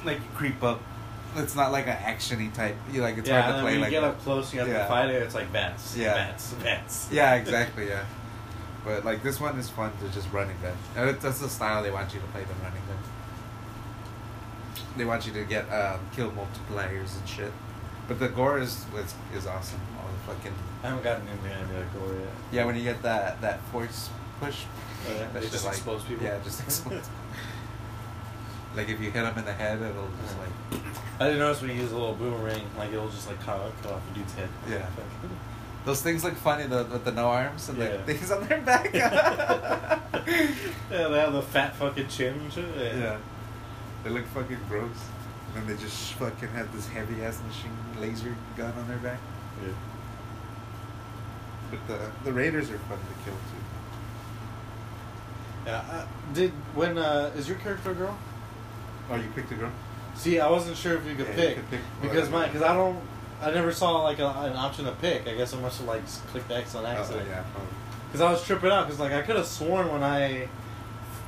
Speaker 6: Like you creep up. It's not like an actiony type. You like it's
Speaker 2: yeah,
Speaker 6: hard to
Speaker 2: and then
Speaker 6: play
Speaker 2: when
Speaker 6: like
Speaker 2: you get
Speaker 6: that.
Speaker 2: up close, you have
Speaker 6: Yeah.
Speaker 2: to fight it. It's like bats,
Speaker 6: Yeah.
Speaker 2: bats, bats.
Speaker 6: Yeah, exactly. Yeah, but like this one is fun to just running gun. And it- That's the style they want you to play the running gun. They want you to get um, kill multipliers and shit. But the gore is is, is awesome. All the fucking
Speaker 2: I haven't gotten into any of that gore yet.
Speaker 6: yeah. When you get that that force push,
Speaker 2: Oh, yeah?
Speaker 6: that
Speaker 2: They
Speaker 6: shit,
Speaker 2: just expose people?
Speaker 6: Yeah, just explodes. like if you hit them in the head, it'll just like
Speaker 2: I didn't notice when you use a little boomerang, like it'll just like cut, cut off a dude's head.
Speaker 6: Yeah. those things look funny though with the no arms and
Speaker 2: Yeah.
Speaker 6: the things on their back.
Speaker 2: yeah, they have the fat fucking chin and shit.
Speaker 6: Yeah. They look fucking gross. And then they just fucking have this heavy ass machine laser gun on their back.
Speaker 2: Yeah.
Speaker 6: But the the raiders are fun to kill too.
Speaker 2: Yeah, uh, did when uh, is your character a girl?
Speaker 6: Oh, you picked a girl?
Speaker 2: See, I wasn't sure if you could
Speaker 6: Yeah, you
Speaker 2: pick
Speaker 6: could pick
Speaker 2: because
Speaker 6: whatever.
Speaker 2: my because I don't I never saw like a, an option to pick. I guess I must have like s- clicked X on
Speaker 3: Oh,
Speaker 2: accident.
Speaker 3: yeah, probably.
Speaker 2: Because I was tripping out. Because like I could have sworn when I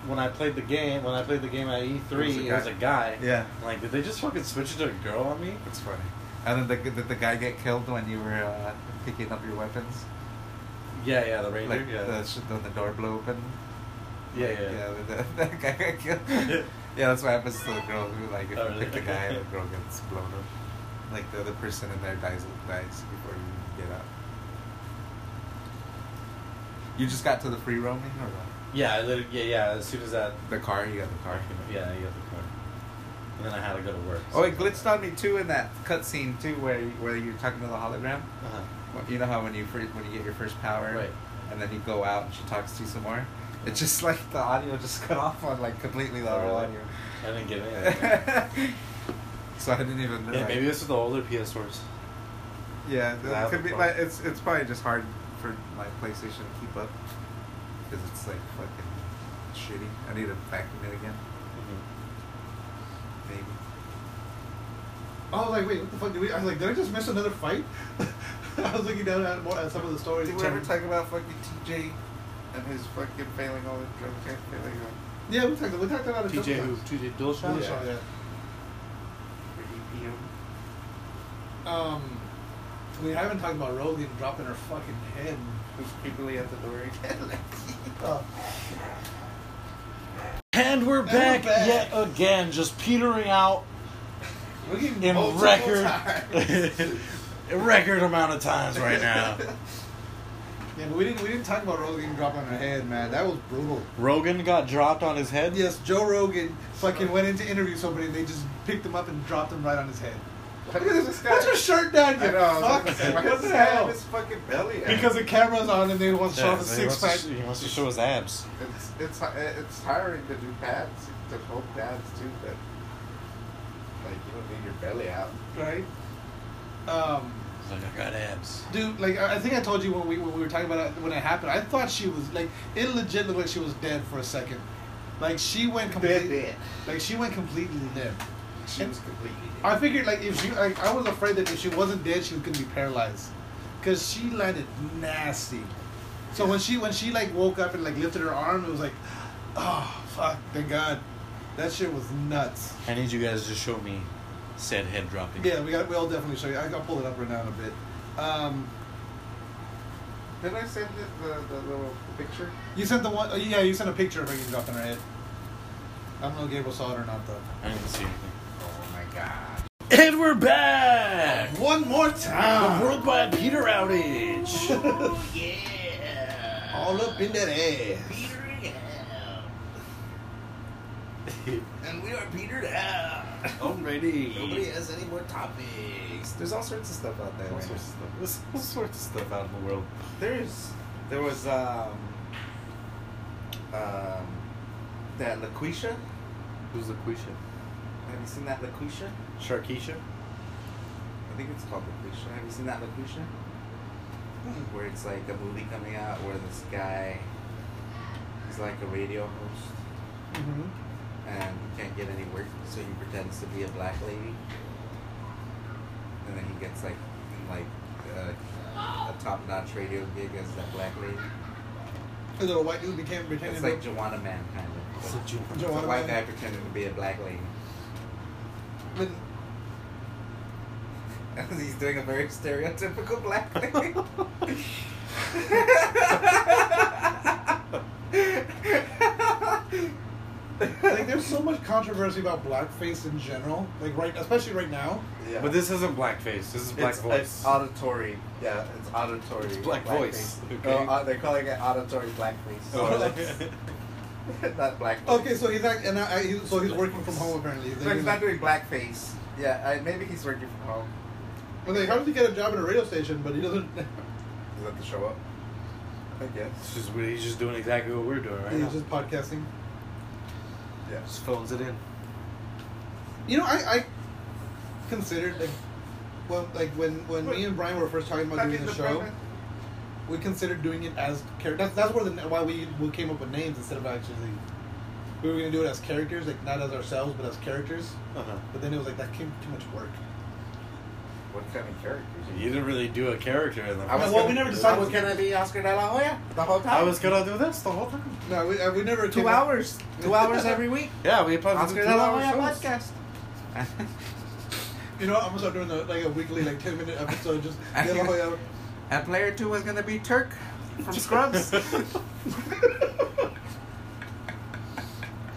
Speaker 2: when I played the game when I played the game at E
Speaker 3: It was a
Speaker 2: three it was
Speaker 3: guy.
Speaker 2: a guy.
Speaker 3: Yeah.
Speaker 2: I'm Like did they just fucking switch it to a girl on me?
Speaker 3: That's funny. And then the, did the guy get killed when you were uh, picking up your weapons?
Speaker 2: Yeah, yeah, the reindeer.
Speaker 3: Like
Speaker 2: yeah.
Speaker 3: the, sh- when the door blew open?
Speaker 2: yeah,
Speaker 3: Like,
Speaker 2: yeah,
Speaker 3: Yeah, that, that guy got killed. yeah, that's what happens to the girl. Who, like, if
Speaker 2: Oh,
Speaker 3: you
Speaker 2: really?
Speaker 3: pick the guy, the girl gets blown up. Like, the other person in there dies, dies before you get out. You just got to the free roaming or what?
Speaker 2: Yeah, I literally, yeah, yeah. As soon as that,
Speaker 3: The car, you got the car.
Speaker 2: yeah, you got the car. And then I had to go to work.
Speaker 3: Oh, it glitched on me too in that cutscene too, where where you're talking to the hologram.
Speaker 2: Uh-huh.
Speaker 3: Well, You know how when you first, when you get your first power,
Speaker 2: Right.
Speaker 3: and then you go out and she talks to you some more. It's just like the audio just cut off on like completely the
Speaker 2: Oh,
Speaker 3: real
Speaker 2: really?
Speaker 3: audio.
Speaker 2: I didn't get anything.
Speaker 3: so I didn't even.
Speaker 2: yeah,
Speaker 3: like-
Speaker 2: maybe this is the older PS4s.
Speaker 3: Yeah,
Speaker 2: That
Speaker 3: that
Speaker 2: would
Speaker 3: could be.
Speaker 2: probably-
Speaker 3: Like, it's it's probably just hard for like PlayStation to keep up because it's like fucking shitty. I need to vacuum it again,
Speaker 2: Mm-hmm.
Speaker 3: maybe.
Speaker 4: I was like, wait, what the fuck? Did we? I was like, did I just miss another fight? I was looking down at, more, at some of the stories.
Speaker 3: Did we ever talk about fucking TJ and his fucking failing all the drug test failing? on-
Speaker 4: Yeah, we talked. We talked about it. a
Speaker 2: TJ
Speaker 4: couple
Speaker 2: who?
Speaker 4: times.
Speaker 2: TJ Dillashaw.
Speaker 4: Yeah.
Speaker 3: Oh, Yeah.
Speaker 4: yeah.
Speaker 3: for E EPO?
Speaker 4: Um, we haven't talked about Rogan dropping her fucking head.
Speaker 3: Who's Kimberly at the door again?
Speaker 4: Uh,
Speaker 2: And we're
Speaker 4: And
Speaker 2: back,
Speaker 4: we're back.
Speaker 2: yet again, just petering out
Speaker 4: we can
Speaker 2: in
Speaker 4: multiple
Speaker 2: record,
Speaker 4: times.
Speaker 2: a record amount of times right now.
Speaker 4: yeah, but we didn't. We didn't talk about Rogan dropping her head, man. That was brutal.
Speaker 2: Rogan got dropped on his head.
Speaker 4: Yes, Joe Rogan fucking went in to interview somebody, and they just picked him up and dropped him right on his head.
Speaker 7: How did this guy?
Speaker 4: Put your shirt down, you
Speaker 7: I know, I was
Speaker 4: fuck.
Speaker 7: about to say, why
Speaker 4: What
Speaker 7: does
Speaker 4: the
Speaker 7: this guy have
Speaker 4: hell?
Speaker 7: His fucking belly. out?
Speaker 4: Because the camera's on and they want to show
Speaker 2: Yeah,
Speaker 4: the
Speaker 2: so he, wants
Speaker 4: six
Speaker 2: to
Speaker 4: pack.
Speaker 2: sh- he wants to show his abs.
Speaker 7: It's it's it's tiring to do pads to hold pads too, but like you don't need your belly out.
Speaker 4: right? Um,
Speaker 2: He's like, I got abs.
Speaker 4: dude, like I I think I told you when we when we were talking about it when it happened, I thought she was like it legit looked like she was dead for a second. Like she went completely,
Speaker 7: Dead, dead.
Speaker 4: like she went completely limp.
Speaker 7: She was completely.
Speaker 4: I figured like if she, like I was afraid that if she wasn't dead, she was gonna be paralyzed, cause she landed nasty. So when she when she like woke up and like lifted her arm, it was like, oh fuck, thank God, that shit was nuts.
Speaker 2: I need you guys to show me said head dropping.
Speaker 4: Yeah, we got. We'll definitely show you. I, I'll pull it up right now in a bit. Um,
Speaker 7: Did I send it the, the little picture?
Speaker 4: you sent the one. oh, yeah, you sent a picture of her getting dropped on her head. I don't know if Gabriel saw it or not though.
Speaker 2: I didn't see anything.
Speaker 7: Oh my god.
Speaker 2: And we're back.
Speaker 4: One more time.
Speaker 2: The worldwide Peter outage.
Speaker 4: All up in that ass.
Speaker 3: and we are petered out.
Speaker 2: Already.
Speaker 3: has any more topics. There's all sorts of stuff out there.
Speaker 2: All
Speaker 3: right
Speaker 2: sorts of
Speaker 3: now.
Speaker 2: stuff. There's all sorts of stuff out in the world.
Speaker 3: There's there was um um that Laquisha.
Speaker 2: Who's Laquisha?
Speaker 3: Have you seen that Laquisha?
Speaker 2: Sharkeisha?
Speaker 3: I think it's called Laquisha. Have you seen that Laquisha?
Speaker 2: Mm-hmm.
Speaker 3: Where it's like a movie coming out where this guy he's like a radio host
Speaker 4: Mm-hmm.
Speaker 3: and he can't get any work, so he pretends to be a black lady. And then he gets like like uh, a top notch radio gig as that black lady.
Speaker 4: The little white dude became pretending.
Speaker 3: It's like Joanna Man kind of. but- It's a
Speaker 4: Joanna
Speaker 3: white guy
Speaker 4: Man.
Speaker 3: pretending to be a black lady.
Speaker 4: but,
Speaker 3: He's doing a very stereotypical black lady.
Speaker 4: like there's so much controversy about blackface in general. Like right, especially right now.
Speaker 3: yeah.
Speaker 2: But this isn't blackface. This is black
Speaker 3: it's,
Speaker 2: voice.
Speaker 3: It's auditory. Yeah, it's auditory.
Speaker 2: It's black voice,
Speaker 3: face.
Speaker 2: okay?
Speaker 3: No, uh, they're calling it auditory blackface.
Speaker 2: Oh.
Speaker 3: not black. Voice.
Speaker 4: Okay, so he's like, and I, I, he, so he's working from home apparently.
Speaker 3: So he's not doing blackface. Yeah, I, maybe he's working from home.
Speaker 4: I'm like, how did he get a job at a radio station? But he doesn't.
Speaker 3: Is that the show up? I guess.
Speaker 2: It's just weird. He's just doing exactly what we're doing right now.
Speaker 4: he's
Speaker 2: Just,
Speaker 4: just podcasting.
Speaker 3: Yeah.
Speaker 2: phones it in.
Speaker 4: You know, I, I considered like, well, like when when me and Brian were first talking about doing the show, we considered doing it as characters. That's that's where the why we we came up with names instead of actually. We were gonna do it as characters, like not as ourselves, but as characters.
Speaker 2: Uh-huh.
Speaker 4: But then it was like that came too much work.
Speaker 3: what kind of characters?
Speaker 2: You didn't really do a character in the.
Speaker 3: I was
Speaker 2: first
Speaker 3: gonna,
Speaker 4: Well, we never
Speaker 3: I
Speaker 4: decided-
Speaker 3: was gonna be Oscar De La Hoya the whole time.
Speaker 2: I was gonna do this the whole time.
Speaker 4: No, we, uh, we never
Speaker 3: two
Speaker 4: came up-
Speaker 3: hours, two hours every week.
Speaker 2: Yeah, we played
Speaker 3: Oscar
Speaker 2: two
Speaker 3: De La
Speaker 2: hour
Speaker 3: Hoya
Speaker 2: shows.
Speaker 3: podcast.
Speaker 4: You know, what? I'm gonna start doing the, like a weekly, like ten minute episode. Just
Speaker 6: I
Speaker 4: yeah,
Speaker 6: think-
Speaker 4: like, uh,
Speaker 6: and player two was gonna be Turk from Scrubs.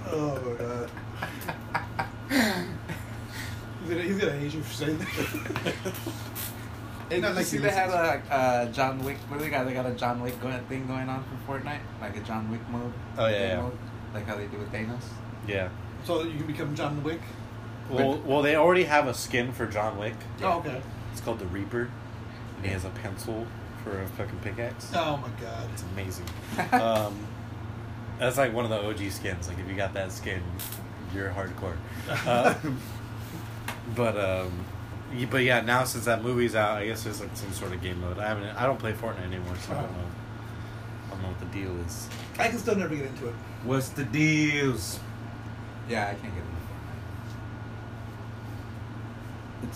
Speaker 4: oh my god, he's gonna, he's gonna hate you for saying that.
Speaker 6: Hey, did you
Speaker 4: Like
Speaker 6: see
Speaker 4: the
Speaker 6: they had a uh, John Wick? What do they got? They got a John Wick go- thing going on for Fortnite, like a John Wick mode.
Speaker 2: Oh, yeah, yeah.
Speaker 6: Mode, like how they do with Thanos.
Speaker 2: Yeah.
Speaker 4: so that you can become John Wick.
Speaker 2: Well, well, they already have a skin for John Wick.
Speaker 4: Oh, okay.
Speaker 2: It's called the Reaper, and he has a pencil for a fucking pickaxe.
Speaker 4: Oh my god.
Speaker 2: It's amazing. um, that's like one of the OG skins. Like if you got that skin, you're hardcore. Uh, but um, y- but yeah, now since that movie's out, I guess there's like some sort of game mode. I haven't. I don't play Fortnite anymore, so I don't know. I don't know what the deal is.
Speaker 4: I can still never get into it.
Speaker 6: What's the deals? Yeah, I can't get into Fortnite.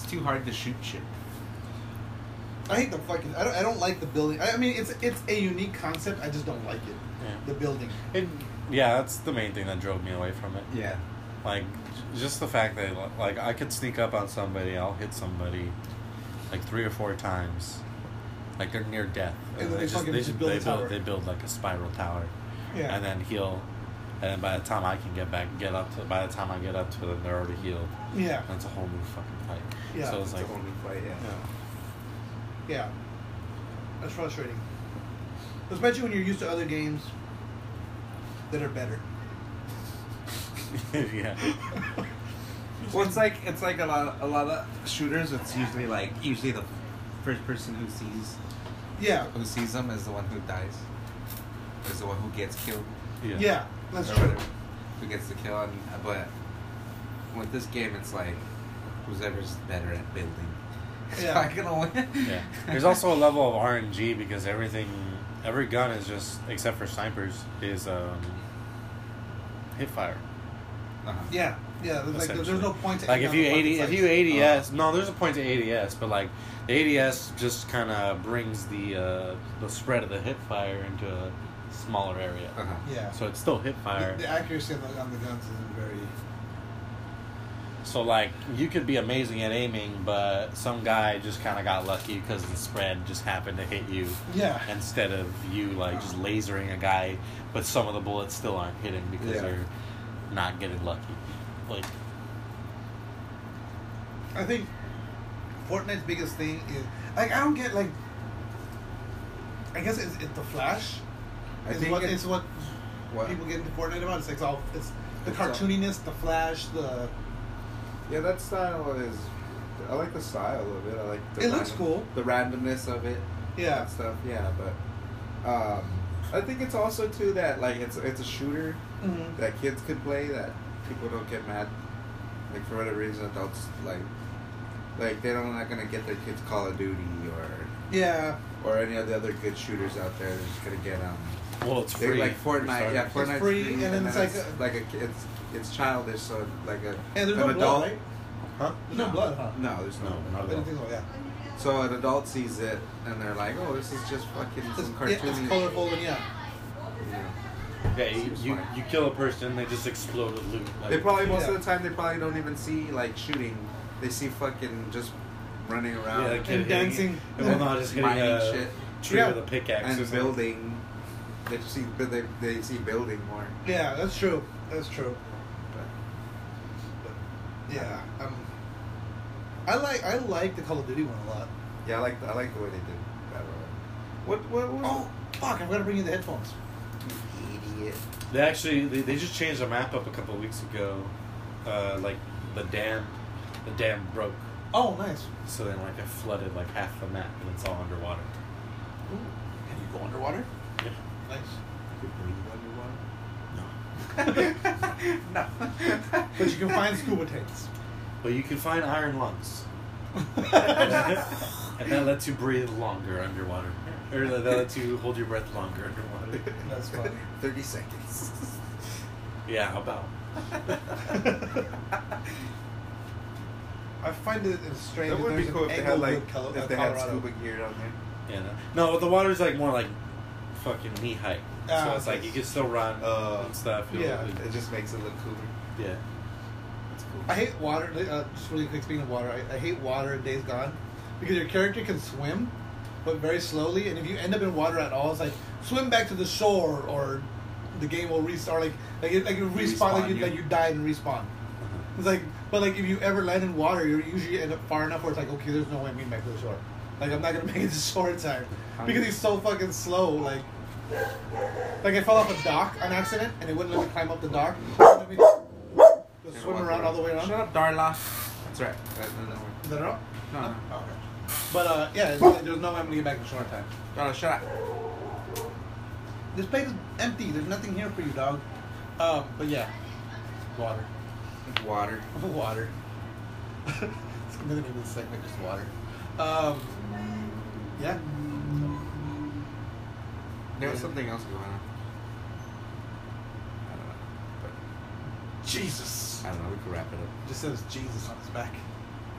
Speaker 6: It's too hard to shoot shit.
Speaker 4: I hate the fucking. I don't. I don't like the building. I, I mean, it's it's a unique concept. I just don't like it. The building.
Speaker 2: It, yeah, that's the main thing that drove me away from it.
Speaker 6: Yeah.
Speaker 2: Like, j- just the fact that, like, I could sneak up on somebody, I'll hit somebody, like, three or four times. Like, they're near death.
Speaker 4: And then they
Speaker 2: just,
Speaker 4: fucking
Speaker 2: they,
Speaker 4: just
Speaker 2: just-
Speaker 4: build
Speaker 2: they
Speaker 4: a
Speaker 2: build,
Speaker 4: tower.
Speaker 2: they build, like, a spiral tower.
Speaker 4: Yeah.
Speaker 2: And then heal. And then by the time I can get back, get up to, by the time I get up to them, they're already healed.
Speaker 4: Yeah.
Speaker 2: And it's a whole new fucking fight.
Speaker 4: Yeah.
Speaker 2: So it's
Speaker 3: It's
Speaker 2: like,
Speaker 3: a whole new play, yeah.
Speaker 4: Yeah. That's frustrating. Especially when you're used to other games that are better.
Speaker 2: yeah.
Speaker 6: Well, it's like it's like a lot a lot of shooters. It's usually like usually the first person who sees
Speaker 4: Yeah.
Speaker 6: who sees them is the one who dies. Is the one who gets killed.
Speaker 4: Yeah.
Speaker 2: Yeah.
Speaker 4: that's
Speaker 6: or
Speaker 4: true.
Speaker 6: whatever, Who gets the kill? And, but with this game, it's like whoever's better at building. is
Speaker 4: Yeah.
Speaker 6: not gonna win.
Speaker 2: Yeah. There's also a level of RNG because everything, every gun is just, except for snipers, is um, hit fire.
Speaker 6: Uh-huh.
Speaker 4: Yeah. Yeah. There's like there's
Speaker 2: essentially.
Speaker 4: no point to
Speaker 2: Like if you eighty, if you ADS,
Speaker 6: Oh.
Speaker 2: no, there's a point to ADS, but like the ADS just kind of brings the uh, the spread of the hit fire into a smaller area.
Speaker 6: Uh-huh.
Speaker 4: Oh. Yeah.
Speaker 2: So it's still hit fire.
Speaker 4: the, the accuracy on the, on the guns isn't very.
Speaker 2: So like you could be amazing at aiming, but some guy just kind of got lucky because the spread just happened to hit you.
Speaker 4: Yeah.
Speaker 2: instead of you like just lasering a guy, but some of the bullets still aren't hitting because
Speaker 6: Yeah.
Speaker 2: they're not getting lucky. Like,
Speaker 4: I think Fortnite's biggest thing is like I don't get like. I guess it's, it's the Flash.
Speaker 6: I
Speaker 4: is
Speaker 6: think
Speaker 4: what,
Speaker 6: it-
Speaker 4: it's what
Speaker 6: What?
Speaker 4: people get into Fortnite about. It's like all it's the
Speaker 6: It's all-
Speaker 4: cartooniness, the Flash, the
Speaker 3: Yeah, that style is. I like the style of it. I like. The
Speaker 4: It looks cool.
Speaker 3: The randomness of it.
Speaker 4: Yeah.
Speaker 3: And stuff. Yeah, but um, I think it's also too that like it's it's a shooter
Speaker 4: Mhm.
Speaker 3: that kids could play that people don't get mad. Like for whatever reason, adults like like they don't not gonna get their kids Call of Duty or
Speaker 4: yeah.
Speaker 3: or any of the other good shooters out there. They're just gonna get um.
Speaker 2: well, it's
Speaker 3: They
Speaker 2: free.
Speaker 3: like
Speaker 2: for
Speaker 3: Fortnite, yeah.
Speaker 2: starters.
Speaker 3: Fortnite's
Speaker 4: free, and then it's like a-
Speaker 3: like a ki- it's it's childish, so like a
Speaker 4: And there's
Speaker 3: an
Speaker 4: no
Speaker 3: adult.
Speaker 4: blood, right?
Speaker 2: Huh?
Speaker 4: There's no, blood, huh?
Speaker 3: No, there's no.
Speaker 2: No,
Speaker 3: blood.
Speaker 2: not at
Speaker 4: I
Speaker 2: all.
Speaker 4: didn't think so. Yeah.
Speaker 3: So an adult sees it and they're like, "Oh, this is just fucking
Speaker 4: It's,
Speaker 3: some
Speaker 4: yeah,
Speaker 3: cartoon."
Speaker 4: it's colorful and yeah.
Speaker 3: Yeah.
Speaker 2: Yeah, you,
Speaker 3: Seems
Speaker 2: you,
Speaker 3: fine.
Speaker 2: you kill a person, they just explode with loot. Like,
Speaker 3: They probably most
Speaker 4: Yeah.
Speaker 3: of the time they probably don't even see like shooting. They see fucking just running
Speaker 2: yeah,
Speaker 3: around
Speaker 2: the kid
Speaker 4: And
Speaker 2: hitting
Speaker 4: dancing.
Speaker 2: It, well, no, just hitting
Speaker 3: Mining
Speaker 2: a
Speaker 3: shit.
Speaker 2: tree
Speaker 4: Yeah.
Speaker 2: with a pickaxe or
Speaker 3: and
Speaker 2: something.
Speaker 3: building. They just see but they they see building more.
Speaker 4: Yeah, that's true. That's true.
Speaker 3: But
Speaker 4: Yeah. Um, I like I like the Call of Duty one a lot.
Speaker 3: yeah, I like the, I like the way they did that. What what what?
Speaker 4: Oh fuck! I'm gonna bring you the headphones.
Speaker 3: idiot!
Speaker 2: They actually they, they just changed the map up a couple of weeks ago. Uh, like the dam, the dam broke,
Speaker 4: Oh, nice.
Speaker 2: so then like it flooded like half the map, and it's all underwater.
Speaker 4: Can you go underwater?
Speaker 2: Yeah.
Speaker 4: Nice.
Speaker 3: Could breathe underwater.
Speaker 6: no.
Speaker 4: But you can find scuba tanks.
Speaker 2: But you can find iron lungs, and that lets you breathe longer underwater, or that that lets you hold your breath longer underwater.
Speaker 4: That's funny.
Speaker 3: Thirty seconds.
Speaker 2: Yeah, about.
Speaker 4: I find it strange.
Speaker 3: That would be
Speaker 4: there's an
Speaker 3: cool if they had
Speaker 4: angle
Speaker 3: like
Speaker 4: with Col- uh,
Speaker 3: if they had
Speaker 4: Colorado.
Speaker 3: scuba gear down there.
Speaker 2: Yeah. No, no, the water's like more like fucking knee height.
Speaker 4: Ah,
Speaker 2: so it's like
Speaker 4: okay.
Speaker 2: you can still run
Speaker 3: Uh,
Speaker 2: and stuff. It'll-
Speaker 4: yeah.
Speaker 2: it-
Speaker 3: It just makes it look cooler.
Speaker 2: yeah.
Speaker 3: That's cool.
Speaker 4: I hate water. Uh, just really quick, speaking of water, I, I hate water in Days Gone because your character can swim, but very slowly. And if you end up in water at all, it's like swim back to the shore, or the game will restart. Like like it, like it respawn, like
Speaker 3: Respawn
Speaker 4: you,
Speaker 3: you.
Speaker 4: like you died and respawn. It's like, but like if you ever land in water, you usually end up far enough where it's like, okay, there's no way I'm getting back to the shore. Like I'm not gonna make it to shore in time because he's so fucking slow. Like, like I fell off a dock on accident and it wouldn't let me climb up the dock. Let me just swim around all the way around.
Speaker 3: Shut up, Darla. That's right. That, no, no,
Speaker 4: Is that all?
Speaker 3: no, no.
Speaker 4: Oh, okay. But uh, yeah, there's there's no way I'm gonna get back to shore in time.
Speaker 3: Darla, shut up.
Speaker 4: This place is empty. There's nothing here for you, dog. Um, but yeah, water,
Speaker 3: Water.
Speaker 4: water. It's gonna be the name of this segment, just water. Um, yeah.
Speaker 3: There was something else going on. I don't know.
Speaker 4: Jesus.
Speaker 3: But I don't know. We could wrap it up.
Speaker 4: Just says Jesus on his back.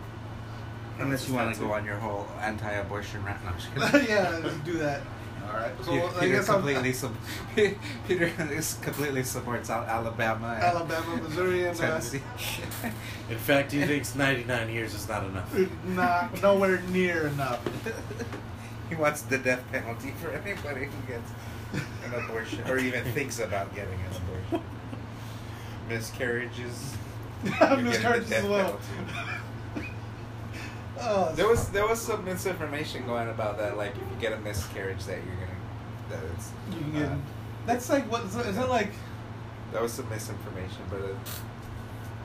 Speaker 3: Unless you want to go on your whole anti-abortion rant. No, I'm just kidding.
Speaker 4: yeah, just do that. All right. So
Speaker 3: Peter,
Speaker 4: I
Speaker 3: Peter
Speaker 4: guess I'm-
Speaker 3: completely sub- Peter is completely supports Al- Alabama, and
Speaker 4: Alabama, Missouri, and uh,
Speaker 3: Tennessee.
Speaker 2: In fact, he thinks 99 years is not enough.
Speaker 4: not nowhere near enough.
Speaker 3: he wants the death penalty for anybody who gets an abortion or even thinks about getting an abortion. Miscarriages.
Speaker 4: I'm
Speaker 3: You're
Speaker 4: just
Speaker 3: getting the
Speaker 4: as
Speaker 3: death
Speaker 4: well.
Speaker 3: penalty.
Speaker 4: Oh,
Speaker 3: There was there was some misinformation going about that, like if you get a miscarriage, that you're gonna that it's
Speaker 4: You can get,
Speaker 3: uh,
Speaker 4: that's like what is that like?
Speaker 3: that was some misinformation, but it,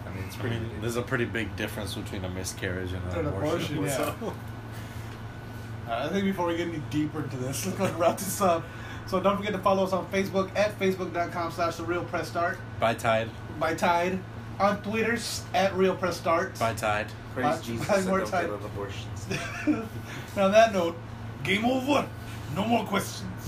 Speaker 3: I mean it's
Speaker 2: I
Speaker 3: pretty.
Speaker 2: mean, there's a pretty big difference between a miscarriage and an
Speaker 4: An
Speaker 2: abortion.
Speaker 4: abortion, yeah.
Speaker 2: so-
Speaker 4: Uh, I think before we get any deeper into this, let's like wrap this up. So don't forget to follow us on Facebook at facebook.com slash the Real Press Start
Speaker 2: By tide.
Speaker 4: by Tide, on Twitter s- at Real Press Start.
Speaker 2: By tide.
Speaker 3: Praise
Speaker 4: Five-
Speaker 3: Jesus,
Speaker 4: five
Speaker 3: I
Speaker 4: more
Speaker 3: don't
Speaker 4: time.
Speaker 3: get an abortion.
Speaker 4: and on that note, game over. No more questions.